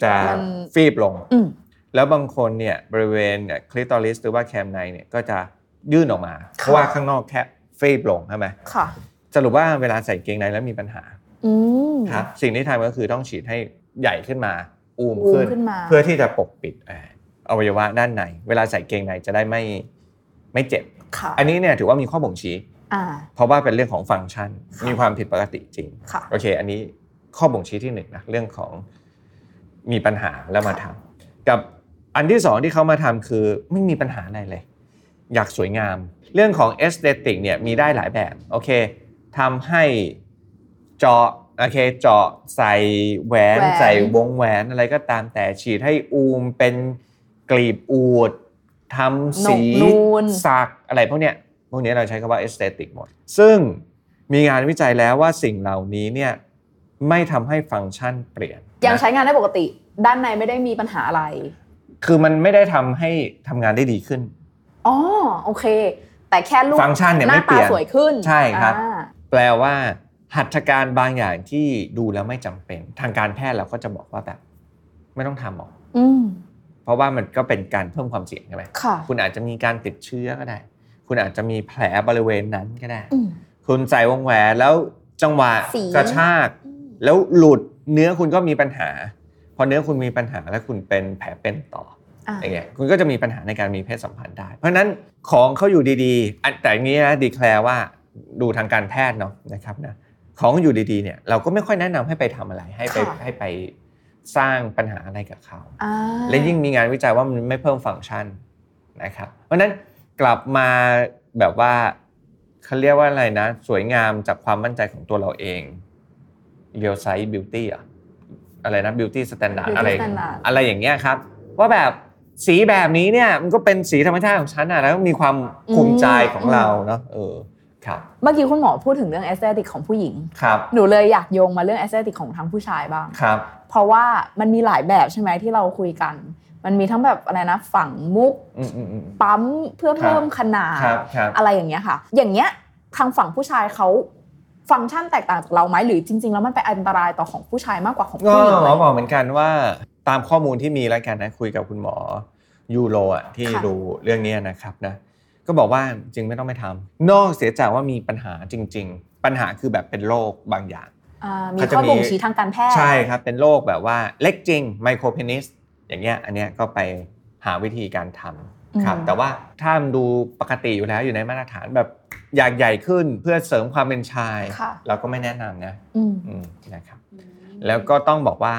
Speaker 4: จะ
Speaker 3: มัน
Speaker 4: ฟีบลง
Speaker 3: อืม
Speaker 4: แล้วบางคนเนี่ยบริเวณเนี่ยคลิตอริสหรือว่าแคมในเนี่ยก็จะยื่นออกมา เพราะว่าข้างนอกแค่ฟีบลงใช่ไหม
Speaker 3: ค่ะ
Speaker 4: สรุปว่าเวลาใส่เกงในแล้วมีปัญหา
Speaker 3: อืม
Speaker 4: ครับสิ่งที่ทำก็คือต้องฉีดให้ใหญ่ขึ้นมา อูม
Speaker 3: อูม
Speaker 4: ขึ้น
Speaker 3: ขึ้นมา
Speaker 4: เพื่อที่จะปกปิดเอ่ออวัยวะด้านใน เวลาใส่เกงในจะได้ไม่ไม่เจ็บ
Speaker 3: ค่ะ
Speaker 4: อันนี้เนี่ยถือว่ามีข้อบ่งชี้
Speaker 3: อ่า
Speaker 4: เพราะว่าเป็นเรื่องของฟังก์ชัน มีความผิดปกติจริง
Speaker 3: ค่ะ
Speaker 4: โอเค อันนี้ข้อบ่งชี้ที่หนึ่งนะเรื่องของมีปัญหาแล้วมาทำกับอันที่สองที่เขามาทำคือไม่มีปัญหาอะไรเลย อยากสวยงาม เรื่องของเอสเตติกเนี่ยมีได้หลายแบบโอเคทำให้เจาะโอเคเจาะใส่แหวน
Speaker 3: แหวน
Speaker 4: ใส่วงแหวนอะไรก็ตามแต่ฉีดให้อูมเป็นกลีบอูดทำสี
Speaker 3: หนกนูน
Speaker 4: สักอะไรพวกเนี้ย พวกนี้เราใช้คำว่า aesthetic หมด ซึ่งมีงานวิจัยแล้วว่าสิ่งเหล่านี้เนี่ยไม่ทำให้ฟังก์ชันเปลี่ยน
Speaker 3: ยังใช้
Speaker 4: นะ
Speaker 3: งานได้ปกติ ด้านในไม่ได้มีปัญหาอะไร
Speaker 4: คือมันไม่ได้ทำให้ทำงานได้ดีขึ้น
Speaker 3: อ๋อ โอเค แต่แค่ลูก
Speaker 4: ฟังก์ชันเนี่ย
Speaker 3: ห
Speaker 4: ไม่
Speaker 3: น้า
Speaker 4: เป
Speaker 3: ตา
Speaker 4: ลี่
Speaker 3: ย
Speaker 4: น
Speaker 3: สวยขึ้น
Speaker 4: ใช่ครับ
Speaker 3: อ่า
Speaker 4: แปลว่า หัตถการบางอย่างที่ดูแล้วไม่จำเป็น ทางการแพทย์เราก็จะบอกว่าแบบ ไม่ต้องทำหรอก
Speaker 3: อืม
Speaker 4: เพราะว่ามันก็เป็นการเพิ่มความเสี่ยงใช่ไหม
Speaker 3: ค่ะ
Speaker 4: คุณอาจจะมีการติดเชื้อก็ได้ คุณอาจจะมีแผลบริเวณนั้นก็ได้
Speaker 3: อืม
Speaker 4: คุณใส่วงแหวนแล้วจังหวะ
Speaker 3: สี
Speaker 4: กระชาก แล้วหลุดเนื้อคุณก็มีปัญหา พอเนื้อคุณมีปัญหาแล้วคุณเป็นแผลเป็นต่อ
Speaker 3: อ่า
Speaker 4: อย่างเงี้ยคุณก็จะมีปัญหาในการมีเพศสัมพันธ์ได้ เพราะฉะนั้นของเขาอยู่ดีๆอันแต่อย่างนี้นะดีแคลว่าดูทางการแพทย์เนาะนะครับนะของอยู่ดีๆเนี่ยเราก็ไม่ค่อยแนะนำให้ไปทำอะไรให้ไปให้ไปสร้างปัญหาอะไรกับเขา
Speaker 3: อ่า
Speaker 4: และยิ่งมีงานวิจัยว่ามันไม่เพิ่มฟังก์ชันนะครับ เพราะฉะนั้นกลับมาแบบว่าเขาเรียกว่าอะไรนะ สวยงามจากความมั่นใจของตัวเราเอง real size beauty อะอะไรนะ beauty standard อะไร
Speaker 3: ขนาด
Speaker 4: อะไรอย่างเงี้ยครับ ว่าแบบสีแบบนี้เนี่ยมันก็เป็นสีธรรมชาติของฉันอ่ะแล้วก็มีความภูมิใจของเราเนาะเออครับ
Speaker 3: เมื่อกี้คุณหมอพูดถึงเรื่อง a อสเตติกของผู้หญิง
Speaker 4: ครับ
Speaker 3: หนูเลยอยากโยงมาเรื่อง a อสเตติกของทางผู้ชายบ้าง
Speaker 4: ครับ
Speaker 3: เพราะว่ามันมีหลายแบบใช่ไหมที่เราคุยกัน มันมีทั้งแบบอะไรนะฝังมุก
Speaker 4: อืมอืมอืม
Speaker 3: ปั๊มเพื่อเพิ่มขนาด
Speaker 4: ครับครับ
Speaker 3: อะไรอย่างเงี้ยค่ะ อย่างเงี้ยทางฝั่งผู้ชายเขา ฟังก์ชันแตกต่างจากเราไหมหรือจริง ๆ แล้วมันไปนอันตรายต่อของผู้ชายมากกว่าของ
Speaker 4: ก็
Speaker 3: ผู้หญิง
Speaker 4: ห
Speaker 3: ไห
Speaker 4: ม
Speaker 3: ม
Speaker 4: อบอกเหมือนกันว่าตามข้อมูลที่มีแล้วกันนะคุยกับคุณหมอยูโรอ่ะที่
Speaker 3: ค่ะ
Speaker 4: ดูเรื่องนี้นะครับนะก็บอกว่าจริงไม่ต้องไปทำนอกเสียจากว่ามีปัญหาจริง ๆ ปัญหาคือแบบเป็นโรคบางอย่าง
Speaker 3: อ่ามี
Speaker 4: เขาจะ
Speaker 3: ข้อ
Speaker 4: มี
Speaker 3: บ่งชี้ทางการแพทย์
Speaker 4: ใช่ครับ เป็นโรคแบบว่าเล็กจริงไมโครเพนิสอย่างเงี้ยอันเนี้ยก็ไปหาวิธีการทำครับแต่ว่าถ้ามันดูปกติอยู่แล้วอยู่ในมาตรฐานแบบอยากใหญ่ขึ้นเพื่อเสริมความเป็นชาย
Speaker 3: ค่ะ
Speaker 4: เราก็ไม่แนะนำนะ
Speaker 3: อืม
Speaker 4: อืมนะครับ แล้วก็ต้องบอกว่า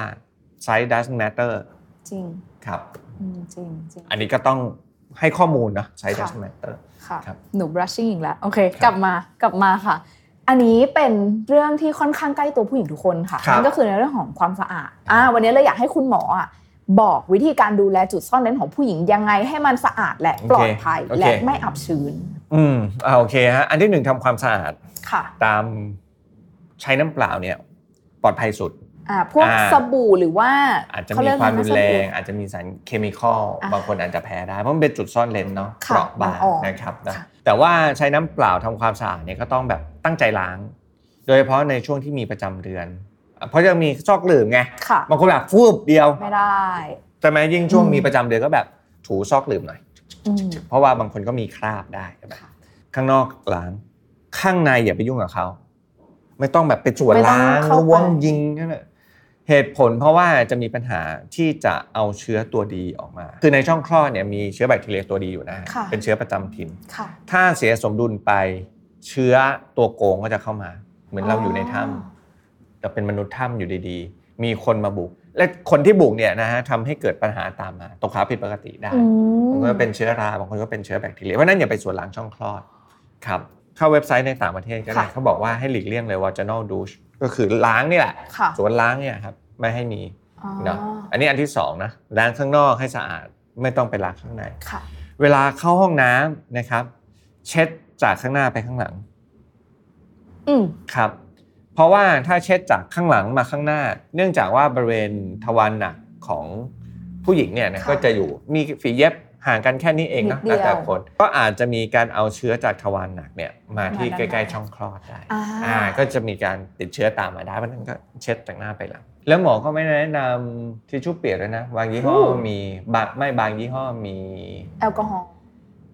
Speaker 4: size doesn't matter
Speaker 3: จริง
Speaker 4: ครับ
Speaker 3: อืมจริงจริง
Speaker 4: อันนี้ก็ต้องให้ข้อมูลนะ size doesn't matter
Speaker 3: ค่ะ
Speaker 4: ครับ
Speaker 3: หนู brushing อีกแล้วโอเค
Speaker 4: ครับ
Speaker 3: กลับมากลับมาค่ะ อันนี้เป็นเรื่องที่ค่อนข้างใกล้ตัวผู้หญิงทุกคนค่ะ
Speaker 4: ครับ
Speaker 3: นั่นก็คือในเรื่องของความสะอาดอ่าวันนี้เลยอยากให้คุณหมออ่ะบอกวิธีการดูแลจุดซ่อนเร้นของผู้หญิงยังไงให้มันสะอาดและปลอดภัย
Speaker 4: โอเค
Speaker 3: และไม่อับชื้น
Speaker 4: อืมอ่าโอเคฮะ อันที่หนึ่งทำความสะอาด
Speaker 3: ค่ะ
Speaker 4: ตามใช้น้ำเปล่าเนี่ย ปลอดภัยสุด
Speaker 3: อ่าพวก
Speaker 4: อ่า
Speaker 3: สบู่หรือว่า
Speaker 4: อาจจะ
Speaker 3: เข
Speaker 4: มี
Speaker 3: เยก
Speaker 4: ความรุนแรง
Speaker 3: ะ
Speaker 4: อาจจะมีสารเคมีคอล
Speaker 3: อ่ะ
Speaker 4: บางคนอาจจะแพ้ได้ เพราะมันเป็นจุดซ่อนเลนเนาะ
Speaker 3: ค่ะ
Speaker 4: เปราะบาง
Speaker 3: มันอ่อน
Speaker 4: นะครับนะ
Speaker 3: ค่ะ
Speaker 4: แต่ว่าใช้น้ำเปล่าทำความสะอาดเนี่ยก็ต้องแบบตั้งใจล้าง โดยเฉพาะในช่วงที่มีประจำเดือน เพราะจะมีซอกหลืมไง
Speaker 3: ค่ะ
Speaker 4: บางคนแบบฟูบเดียว
Speaker 3: ไม่ได้
Speaker 4: ใช่ไหมยิ่งช่วง
Speaker 3: อืม
Speaker 4: มีประจำเดือนก็แบบถูซอกหลืมหน่อย
Speaker 3: อืม
Speaker 4: เพราะว่าบางคนก็มีคราบได้ใช่ไหม
Speaker 3: ค่ะ
Speaker 4: ข้างนอกล้างข้างในอย่าไปยุ่งกับเขา ไม่ต้องแบบไปจวด
Speaker 3: ไม่ต้อง
Speaker 4: ล้าง
Speaker 3: เข้าไป
Speaker 4: ล้วงยิงนั่นแหละเหตุผลเพราะว่าจะมีปัญหาที่จะเอาเชื้อตัวดีออกมา คือในช่องคลอดเนี่ยมีเชื้อแบคทีเรียตัวดีอยู่นะ
Speaker 3: ค่ะ
Speaker 4: เป็นเชื้อประจำถิ่น
Speaker 3: ค่ะ
Speaker 4: ถ้าเสียสมดุลไปเชื้อตัวโกงก็จะเข้ามา เหมือนเรา
Speaker 3: อ๋อ
Speaker 4: อ
Speaker 3: อ
Speaker 4: ยู่ในถ้ำแต่เป็นมนุษย์ถ้ำอยู่ดีๆ มีคนมาบุก และคนที่บุกเนี่ยนะฮะทำให้เกิดปัญหาตามมาตกขาวผิดปกติได้
Speaker 3: อืม
Speaker 4: บางคนก็เป็นเชื้อรา บางคนก็เป็นเชื้อแบคทีเรีย เพราะฉะนั้นอย่าไปสวนล้างช่องคลอด ครับ เข้าเว็บไซต์ในต่างประเทศก็ได้
Speaker 3: ค่ะ
Speaker 4: เขาบอกว่าให้หลีกเลี่ยงเลย vaginal douche ก็คือล้างนี่แหละ
Speaker 3: ค่ะ
Speaker 4: สวนล้างเนี่ยครับ ไม่ให้มี
Speaker 3: อ๋อ
Speaker 4: เนาะอันนี้อันที่สองนะ ล้างข้างนอกให้สะอาด ไม่ต้องไปล้างข้างใน
Speaker 3: ค่ะ
Speaker 4: เวลาเข้าห้องน้ำนะครับ เช็ดจากข้างหน้าไปข้างหลัง
Speaker 3: อืม
Speaker 4: ครับ เพราะว่าถ้าเช็ดจากข้างหลังมาข้างหน้า เนื่องจากว่าบริเวณทวารหนักของผู้หญิงเนี่ยนะ
Speaker 3: ค่ะ
Speaker 4: ก็จะอยู่มีฝีเย็บห่างกันแค่นี้เองเนอะ
Speaker 3: นิดเดี
Speaker 4: แล้
Speaker 3: ยว
Speaker 4: วแต่คนก็อาจจะมีการเอาเชื้อจากทวารหนักเนี่ยมาที่
Speaker 3: มาด้านใน
Speaker 4: ใกล้ๆช่องคลอดได้
Speaker 3: อ่า
Speaker 4: อ่าก็จะมีการติดเชื้อตามมาได้เพราะฉะนั้นก็เช็ดจากหน้าไปหลังแล้วหมอก็ไม่แนะนำทิชชู่เปียกด้วยนะบางยี่ห้อมีบางไม่บางยี่ห้อมี
Speaker 3: แอลกอฮอล์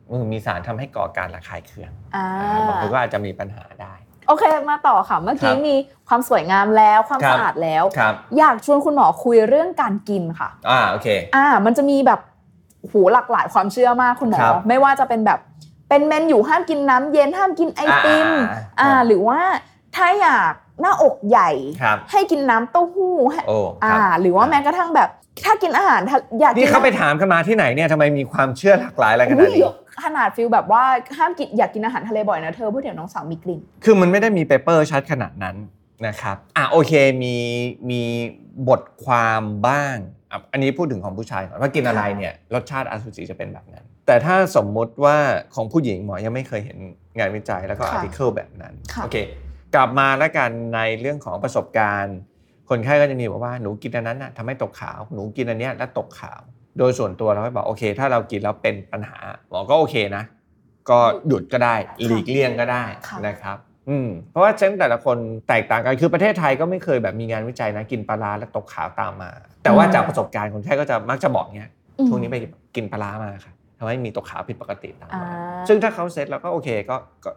Speaker 4: มือมีสารทำให้ก่อการระคายเคือง
Speaker 3: อ่า
Speaker 4: อ่าบางคนก็อาจจะมีปัญหาได้
Speaker 3: โอเคมาต่อค่ะ เมื่อกี้
Speaker 4: ครับ
Speaker 3: มีความสวยงามแล้วความ
Speaker 4: ครับ
Speaker 3: สะอาดแล้ว
Speaker 4: ครับ
Speaker 3: อยากชวนคุณหมอคุยเรื่องการกินค่ะ
Speaker 4: อ่าโอเค
Speaker 3: อ่า มันจะมีแบบโอ้โหูหลากหลายความเชื่อมากคุณหมอ
Speaker 4: ครับ
Speaker 3: ไม่ว่าจะเป็นแบบเป็นเมนอยู่ห้ามกินน้ำเย็นห้ามกินไอติม
Speaker 4: อ่า
Speaker 3: อ่า หรือว่าถ้าอยากหน้าอกใหญ่
Speaker 4: ครับ
Speaker 3: ให้กินน้ำเต้าหู้ให้
Speaker 4: โอ้
Speaker 3: อ่า
Speaker 4: ครับ
Speaker 3: หรือว่าแม้กระทั่งแบบ ถ้ากินอาหารถ้าอยากกิ
Speaker 4: นี่
Speaker 3: น
Speaker 4: เขาไปถามกันมาที่ไหนเนี่ยทำไมมีความเชื่อหลากหลายอะไรขนาด
Speaker 3: อุ๊ย
Speaker 4: นี้
Speaker 3: ขนาดฟิลแบบว่าห้ามกินอยากกินอาหารทะเลบ่อยนะเธอเพราะเดี๋ยวน้องสาวมีกลิ่น
Speaker 4: คือมันไม่ได้มีเปเปอร์ชัดขนาดนั้นนะครับ อ่ะโอเคมีมีบทความบ้างอ่ะอันนี้พูดถึงของผู้ชายก่อนว่ากินอะไรเนี่ยรสชาติอสุจิจะเป็นแบบนั้น แต่ถ้าสมมุติว่าของผู้หญิงหมอยังไม่เคยเห็นงานวิจัยแล้วก็
Speaker 3: ค่ะ
Speaker 4: อาร์ติเคิลแบบนั้น
Speaker 3: ค่ะ
Speaker 4: โอเค กลับมาแล้วกันในเรื่องของประสบการณ์ คนไข้ก็จะมีบอกว่าหนูกินอันนั้นนะทำให้ตกขาว หนูกินอันเนี้ยแล้วตกขาว โดยส่วนตัวเราก็บอกโอเค ถ้าเรากินแล้วเป็นปัญหาหมอก็โอเคนะ ก็หยุดก็ได้หลีกเลี่ยงก็ได้
Speaker 3: ค่ะ
Speaker 4: นะครับ อืมเพราะว่าเซนส์แต่ละคนแตกต่างกันคือประเทศไทยก็ไม่เคยแบบมีงานวิจัยนะกินปลาร้าแล้วตกขาวตามมา แต่ว่าจากประสบการณ์คนไข้ก็จะมักจะบอกเนี้ยช่วงนี้ไปกินปลาร้ามาค่ะทำให้มีตกขาวผิดปกติตาม
Speaker 3: อ่า
Speaker 4: มาซึ่งถ้าเขาเซตเราก็โอเคก็ก็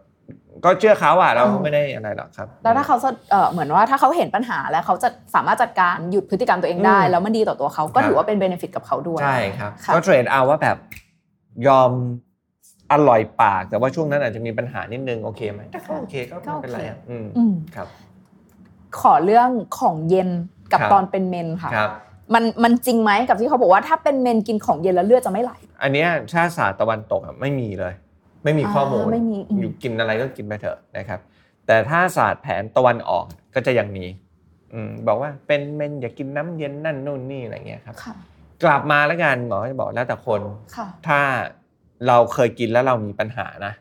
Speaker 4: ก็เชื่อเขาอ่ะเราก็ไม่ได้อะไรหรอกครับ
Speaker 3: แล้วถ้าเขาจะเอ่อเหมือนว่าถ้าเขาเห็นปัญหาแล้วเขาจะสามารถจัดการหยุดพฤติกรรมตัวเองได้
Speaker 4: อืม
Speaker 3: แล้วมันดีต่อตัวเขาก็
Speaker 4: ครับ
Speaker 3: ถือว่าเป็นเบนฟิตกับเขาด้วย
Speaker 4: ใช่ครับ
Speaker 3: ค่ะ
Speaker 4: ก็เทรดเอาว่าแบบยอมอร่อยปาก แต่ว่าช่วงนั้นอาจจะมีปัญหานิดนึงโอเคไหมถ้าเขาโอเคก็ไม่เป็นไรอ่ะอืม
Speaker 3: อืม
Speaker 4: ครับ
Speaker 3: ขอเรื่องของเย็นกับ
Speaker 4: ครับ
Speaker 3: ตอนเป็นเมนค่ะ
Speaker 4: ครับ
Speaker 3: มันมันจริงไหมกับที่เขาบอกว่าถ้าเป็นเมนกินของเย็นแล้วเลือดจะไม่ไหล
Speaker 4: อันเนี้ยชาติศาสตร์ตะวันตกอะไม่มีเลย ไม่มีข้อมูล
Speaker 3: อ่าไม่มีอืม
Speaker 4: อยู่กินอะไรก็กินไปเถอะนะครับ แต่ถ้าศาสตร์แผนตะวันออกก็จะยังมีอืมบอกว่าเป็นเมนอย่ากินน้ำเย็นนั่นนู่นนี่อะไรเงี้ยครับ
Speaker 3: ค่ะ
Speaker 4: กลับมาแล้วกันหมอก็จะบอกแล้วแต่คน
Speaker 3: ค่ะ
Speaker 4: ถ้าเราเคยกินแล้วเรามีปัญหานะ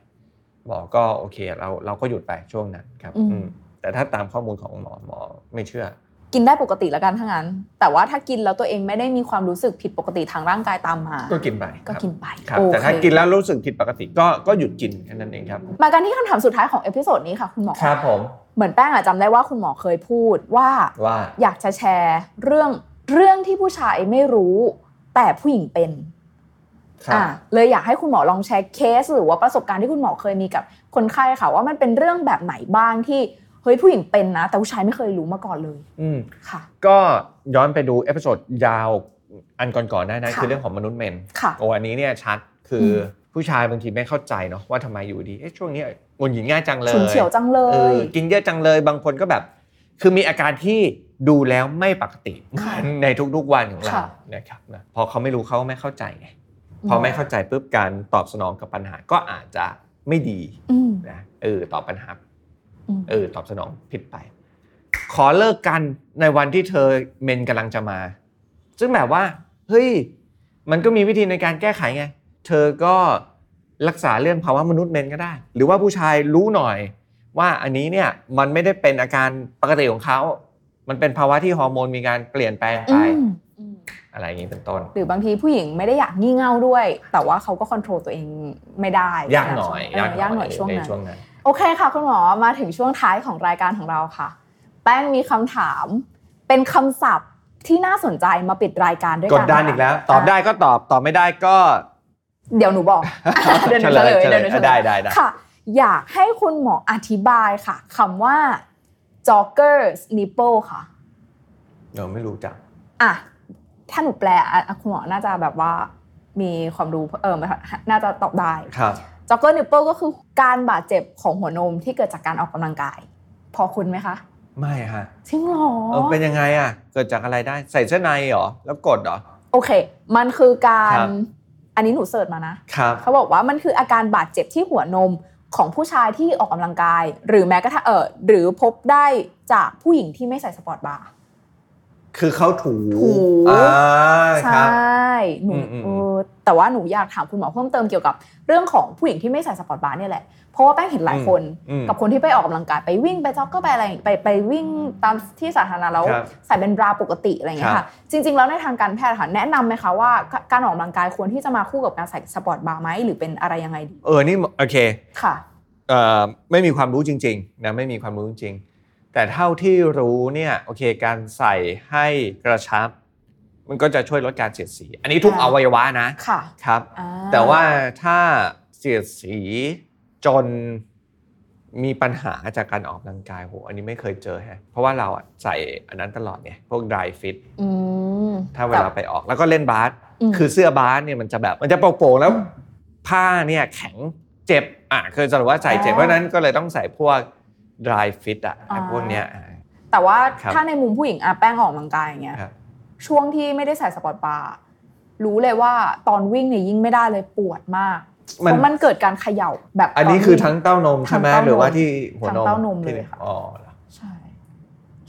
Speaker 4: หมอก็โอเคเราเราก็หยุดไปช่วงนั้นครับอืมแต่ถ้าตามข้อมูลของหมอหมอไม่เชื่อ
Speaker 3: กินได้ปกติแล้วกันทั้างนั้น แต่ว่าถ้ากินแล้วตัวเองไม่ได้มีความรู้สึกผิดปกติทางร่างกายตามมา
Speaker 4: ก็กินไป
Speaker 3: ก็
Speaker 4: ครับ
Speaker 3: กินไป
Speaker 4: ครับ
Speaker 3: โอเค
Speaker 4: แต่ถ้ากินแล้วรู้สึกผิดปกติก็ก็หยุดกินแค่นั้นเองครับ
Speaker 3: มากันที่คำถามสุดท้ายของเอพิโซดนี้ค่ะ คุณหมอ
Speaker 4: ครับผม
Speaker 3: เหมือนแป้งอะจำได้ว่าคุณหมอเคยพูดว่า
Speaker 4: ว่า
Speaker 3: อยากจะแชร์เรื่องเรื่องที่ผู้ชายไม่รู้ แต่ผู้หญิงเป็น
Speaker 4: ครับ
Speaker 3: อ่ะเลยอยากให้คุณหมอลองแชร์เคส หรือว่าประสบการณ์ที่คุณหมอเคยมีกับคนไข้ค่ะ ว่ามันเป็นเรื่องแบบไหนบ้างที่เฮ้ยผู้หญิงเป็นนะ แต่ผู้ชายไม่เคยรู้มาก่อนเลย
Speaker 4: อืม
Speaker 3: ค่ะ
Speaker 4: ก็ย้อนไปดูเอพิโซดยาวอันก่อนๆได้นะ
Speaker 3: ค่ะ
Speaker 4: คือเรื่องของมนุษย์เมน
Speaker 3: ค่ะ
Speaker 4: โอ้อันนี้เนี่ยชัดคืออ
Speaker 3: ม
Speaker 4: ผู้ชายบางทีไม่เข้าใจเนาะว่าทำไมอยู่ดีเอ๊ะช่วงนี้หงุนหงิดง่ายจังเลย
Speaker 3: ฉุนเฉียวจังเล
Speaker 4: เออย กินเยอะจังเลยบางคนก็แบบ คือมีอาการที่ดูแล้วไม่ปกติ
Speaker 3: ค่ะ
Speaker 4: ในทุกๆวันของเรา
Speaker 3: ค่ะ
Speaker 4: นะครับนะพอเขาไม่รู้เขาไม่เข้าใจไงพอไม่เข้าใจปุ๊บการตอบสนองกับปัญหาก็อาจจะไม่ดี
Speaker 3: อืม
Speaker 4: นะเออตอบปัญหา
Speaker 3: อืม
Speaker 4: เออตอบสนองผิดไป ขอเลิกกันในวันที่เธอเมนกำลังจะมา ซึ่งแบบว่า เฮ้ย มันก็มีวิธีในการแก้ไขไง เธอก็รักษาเรื่องภาวะมนุษย์เมนก็ได้ หรือว่าผู้ชายรู้หน่อย ว่าอันนี้เนี่ยมันไม่ได้เป็นอาการปกติของเขา มันเป็นภาวะที่ฮอร์โมนมีการเปลี่ยนแปลงไป
Speaker 3: อืมอืม
Speaker 4: อะไรอย่างนี้เป็นต้น
Speaker 3: หรือบางทีผู้หญิงไม่ได้อยากงี่เง่าด้วย แต่ว่าเขาก็ควบคุมตัวเองไม่ได้
Speaker 4: ยากหน่อย
Speaker 3: เยากหน่อยช่วง
Speaker 4: ใน
Speaker 3: นั้น
Speaker 4: ช่วงนั้น
Speaker 3: โอเคค่ะ คุณหมอมาถึงช่วงท้ายของรายการของเราค่ะ แป้งมีคำถาม เป็นคำศัพท์ที่น่าสนใจมาปิดรายการด้วย
Speaker 4: ก
Speaker 3: กั
Speaker 4: ด
Speaker 3: น
Speaker 4: ดันอีกแล้ว ตอบได้ก็ตอบ ตอบไม่ได้ก็
Speaker 3: เดี๋ยวหนูบอก เดี๋ยวหนูเฉลย
Speaker 4: เฉลย
Speaker 3: เดี๋ยวหนูเฉลย
Speaker 4: ได้ได้ได้
Speaker 3: ค่ะ อยากให้คุณหมออธิบายค่ะคำว่า joggers nipple ค่ะ
Speaker 4: เดี๋ยวไม่รู้จัก
Speaker 3: อ่ะ ถ้าหนูแปลอ่ะอ่ะคุณหมอน่าจะแบบว่ามีความรู้เออน่าจะตอบได้
Speaker 4: ครับ
Speaker 3: jogger nipple ก็คือการบาดเจ็บของหัวนมที่เกิดจากการออกกำลังกาย พอคุณไหมคะ
Speaker 4: ไม่ฮะ
Speaker 3: จริงเหรอ
Speaker 4: เออเป็นยังไงอ่ะ เกิดจากอะไรได้ใส่เสื้อในเหรอ แล้วกดเหรอ
Speaker 3: โอเค มันคือการ
Speaker 4: ครับ
Speaker 3: อันนี้หนูเสิร์ชมานะ
Speaker 4: ครับ
Speaker 3: เขาบอกว่ามันคืออาการบาดเจ็บที่หัวนมของผู้ชายที่ออกกำลังกาย หรือแม้กระทั่งเออหรือพบได้จากผู้หญิงที่ไม่ใส่สปอร์ตบาร์
Speaker 4: คือเขาถู
Speaker 3: ถู
Speaker 4: อ่า
Speaker 3: ใช
Speaker 4: ครับ
Speaker 3: ่หนู
Speaker 4: อืมอืม
Speaker 3: เออแต่ว่าหนูอยากถามคุณหมอเพิ่มเติมเกี่ยวกับเรื่องของผู้หญิงที่ไม่ใส่สปอร์ตบาร์เนี่ยแหละ เพราะว่าแป้งเห็นหลายคน
Speaker 4: อืม
Speaker 3: กับคนที่ไปออกกำลังกายไปวิ่งไปจ็อกก็ไปอะไรอย่างไปไปวิ่งตามที่สาธารณะแล้ว
Speaker 4: ครับ
Speaker 3: ใส่เป็นบราปกติอะไรอย่างเงี้ย
Speaker 4: ครั
Speaker 3: ค่ะ
Speaker 4: บ
Speaker 3: จริง ๆ แล้วในทางการแพทย์ค่ะแนะนำไหมคะว่าการการออกกำลังกายควรที่จะมาคู่กับการใส่สปอร์ตบาร์ไหมหรือเป็นอะไรยังไงดี
Speaker 4: เออ นี่โอเค
Speaker 3: ค่ะ
Speaker 4: เอ่อไม่มีความรู้จริงๆนะไม่มีความรู้จริงๆแต่เท่าที่รู้เนี่ยโอเคการใส่ให้กระชับ มันก็จะช่วยลดการเสียดสี อันนี้ทุก
Speaker 3: ค่ะ
Speaker 4: อวัยวะนะ
Speaker 3: ค่ะ
Speaker 4: ครับ
Speaker 3: อ่
Speaker 4: แต่ว่าถ้าเสียดสีจนมีปัญหาจากการออกกำลังกายโหอันนี้ไม่เคยเจอแฮะเพราะว่าเราอะใส่อันนั้นตลอดไงพวก dry fit
Speaker 3: อืม
Speaker 4: ถ้าเวลาไปออกแล้วก็เล่นบาส
Speaker 3: อืม
Speaker 4: คือเสื้อบาสเนี่ยมันจะแบบมันจะโปร่งๆแล้ว
Speaker 3: อืม
Speaker 4: ผ้าเนี่ยแข็งเจ็บอ่ะคือสรุปว่าใส่เจ็บ
Speaker 3: อ๋อ
Speaker 4: เพราะฉะนั้นก็เลยต้องใส่พวก dry fit อ่ะ
Speaker 3: อ๋อ
Speaker 4: ไอ้พวกเนี้ยอ่ะ
Speaker 3: แต่ว่า
Speaker 4: ครับ
Speaker 3: ถ้าในมุมผู้หญิงอะแป้งออกกำลังกายอย่างเงี้ย
Speaker 4: ครับ
Speaker 3: ช่วงที่ไม่ได้ใส่สปอร์ตบาร์รู้เลยว่าตอนวิ่งเนี่ยยิ่งไม่ได้เลยปวดมากเพ
Speaker 4: มัน
Speaker 3: ราะมันเกิดการเขย่าแบบ
Speaker 4: อันนี้
Speaker 3: ตวิ่
Speaker 4: คือทั้งเต้านมใช่ไหม
Speaker 3: ทั้งเต้านม
Speaker 4: หรือว่าที่หัว
Speaker 3: ทั้ง
Speaker 4: นม
Speaker 3: เต้านม
Speaker 4: ที่
Speaker 3: เลยค่ะ
Speaker 4: อ๋อเหรอ
Speaker 3: ใช่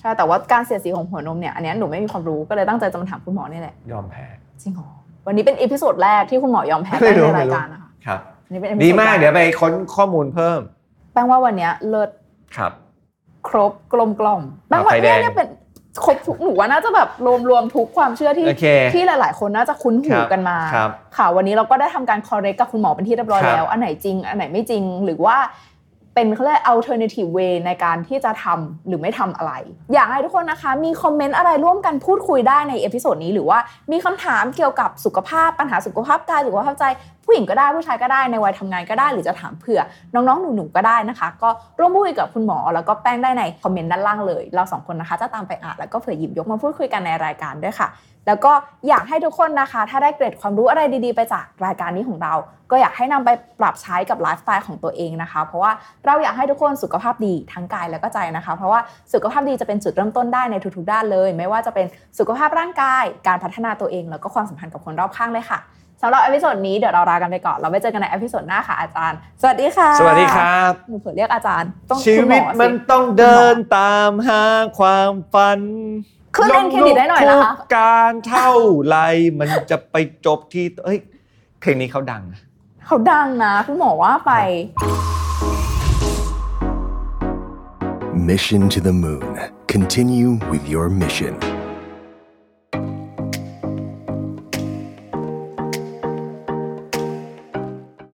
Speaker 3: ใช่แต่ว่าการเสียดสีของหัวนมเนี่ยอันเนี้ยหนูไม่มีความรู้ก็เลยตั้งใจจะมาถามคุณหมอเนี่ยแหละ
Speaker 4: ยอมแพ้
Speaker 3: จริงเหรอวันนี้เป็นอีพิโซดแรกที่คุณหมอยอมแพ้
Speaker 4: ไม่รู้
Speaker 3: ในรายการนะคะ
Speaker 4: ครับ
Speaker 3: อันนี้เป็น episode
Speaker 4: ดีมาก
Speaker 3: แร
Speaker 4: เดี๋ยวไปค้นข้อมูลเพิ่ม
Speaker 3: แป้งว่าวันเนี้ยเลิศ
Speaker 4: ครับ
Speaker 3: ครบกลมกล่อมแป้งว่า
Speaker 4: ไฟแด
Speaker 3: เนี่ย
Speaker 4: ง
Speaker 3: เนี่ยเป็นครบทุกหนูว่าน่าจะแบบรวมรวมทุกความเชื่อที่
Speaker 4: โอเค
Speaker 3: ที่หลาย ๆ คนน่าจะคุ้นหู
Speaker 4: ครับ
Speaker 3: กันมา
Speaker 4: ครับ
Speaker 3: ค่ะวันนี้เราก็ได้ทำการ correct กับคุณหมอเป็นที่เรียบร้อย
Speaker 4: ครับ
Speaker 3: แล้ว อันไหนจริง อันไหนไม่จริง หรือว่าเป็นเขาเรียก alternative way ในการที่จะทำหรือไม่ทำอะไร อยากให้ทุกคนนะคะ มีคอมเมนต์อะไรร่วมกันพูดคุยได้ในเอพิโซดนี้หรือว่ามีคำถามเกี่ยวกับสุขภาพปัญหาสุขภาพกายสุขภาพใจ ผู้หญิงก็ได้ผู้ชายก็ได้ในวัยทำงานก็ได้ หรือจะถามเผื่อน้องๆหนูๆก็ได้นะคะ ก็ร่วมพูดคุยกับคุณหมอ แล้วก็แป้งได้ในคอมเมนต์ด้านล่างเลย เราสองคนนะคะจะตามไปอ่านแล้วก็เผื่อหยิบยกมาพูดคุยกันในรายการด้วยค่ะ แล้วก็อยากให้ทุกคนนะคะ ถ้าได้เกร็ดความรู้อะไรดีๆ ไปจากรายการนี้ของเรา ก็อยากให้นำไปปรับใช้กับไลฟ์สไตล์ของตัวเองนะคะ เพราะว่าเราอยากให้ทุกคนสุขภาพดีทั้งกายแล้วก็ใจนะคะ เพราะว่าสุขภาพดีจะเป็นจุดเริ่มต้นได้ในทุกๆด้านเลย ไม่ว่าจะเป็นสุขภาพร่างกาย การพัฒนาตัวเอง แล้วก็ความสัมพันธ์กับคนรอบข้างเลยค่ะสำหรับเอพิโซดนี้เดี๋ยวเราลากันไปก่อน เราไปเจอกันในเอพิโซดหน้าค่ะอาจารย์ สวัสดีค่ะ
Speaker 4: สวัสดีครับ
Speaker 3: หนูเผื่อเรียกอาจารย์ต้อง
Speaker 4: ชี
Speaker 3: คุณห
Speaker 4: วิต
Speaker 3: อสิ
Speaker 4: มันต้องเดินตามหาความฝัน
Speaker 3: ขึ้นเล่นเครดิตได้หน่อยนะคะ
Speaker 4: ลงรูปการเท่าไรมันจะไปจบที่เอ้ยเพลงนี้เขาดังนะ
Speaker 3: เขาดังนะคุณหมอว่าไป
Speaker 2: Mission to the Moon. Continue with your mission.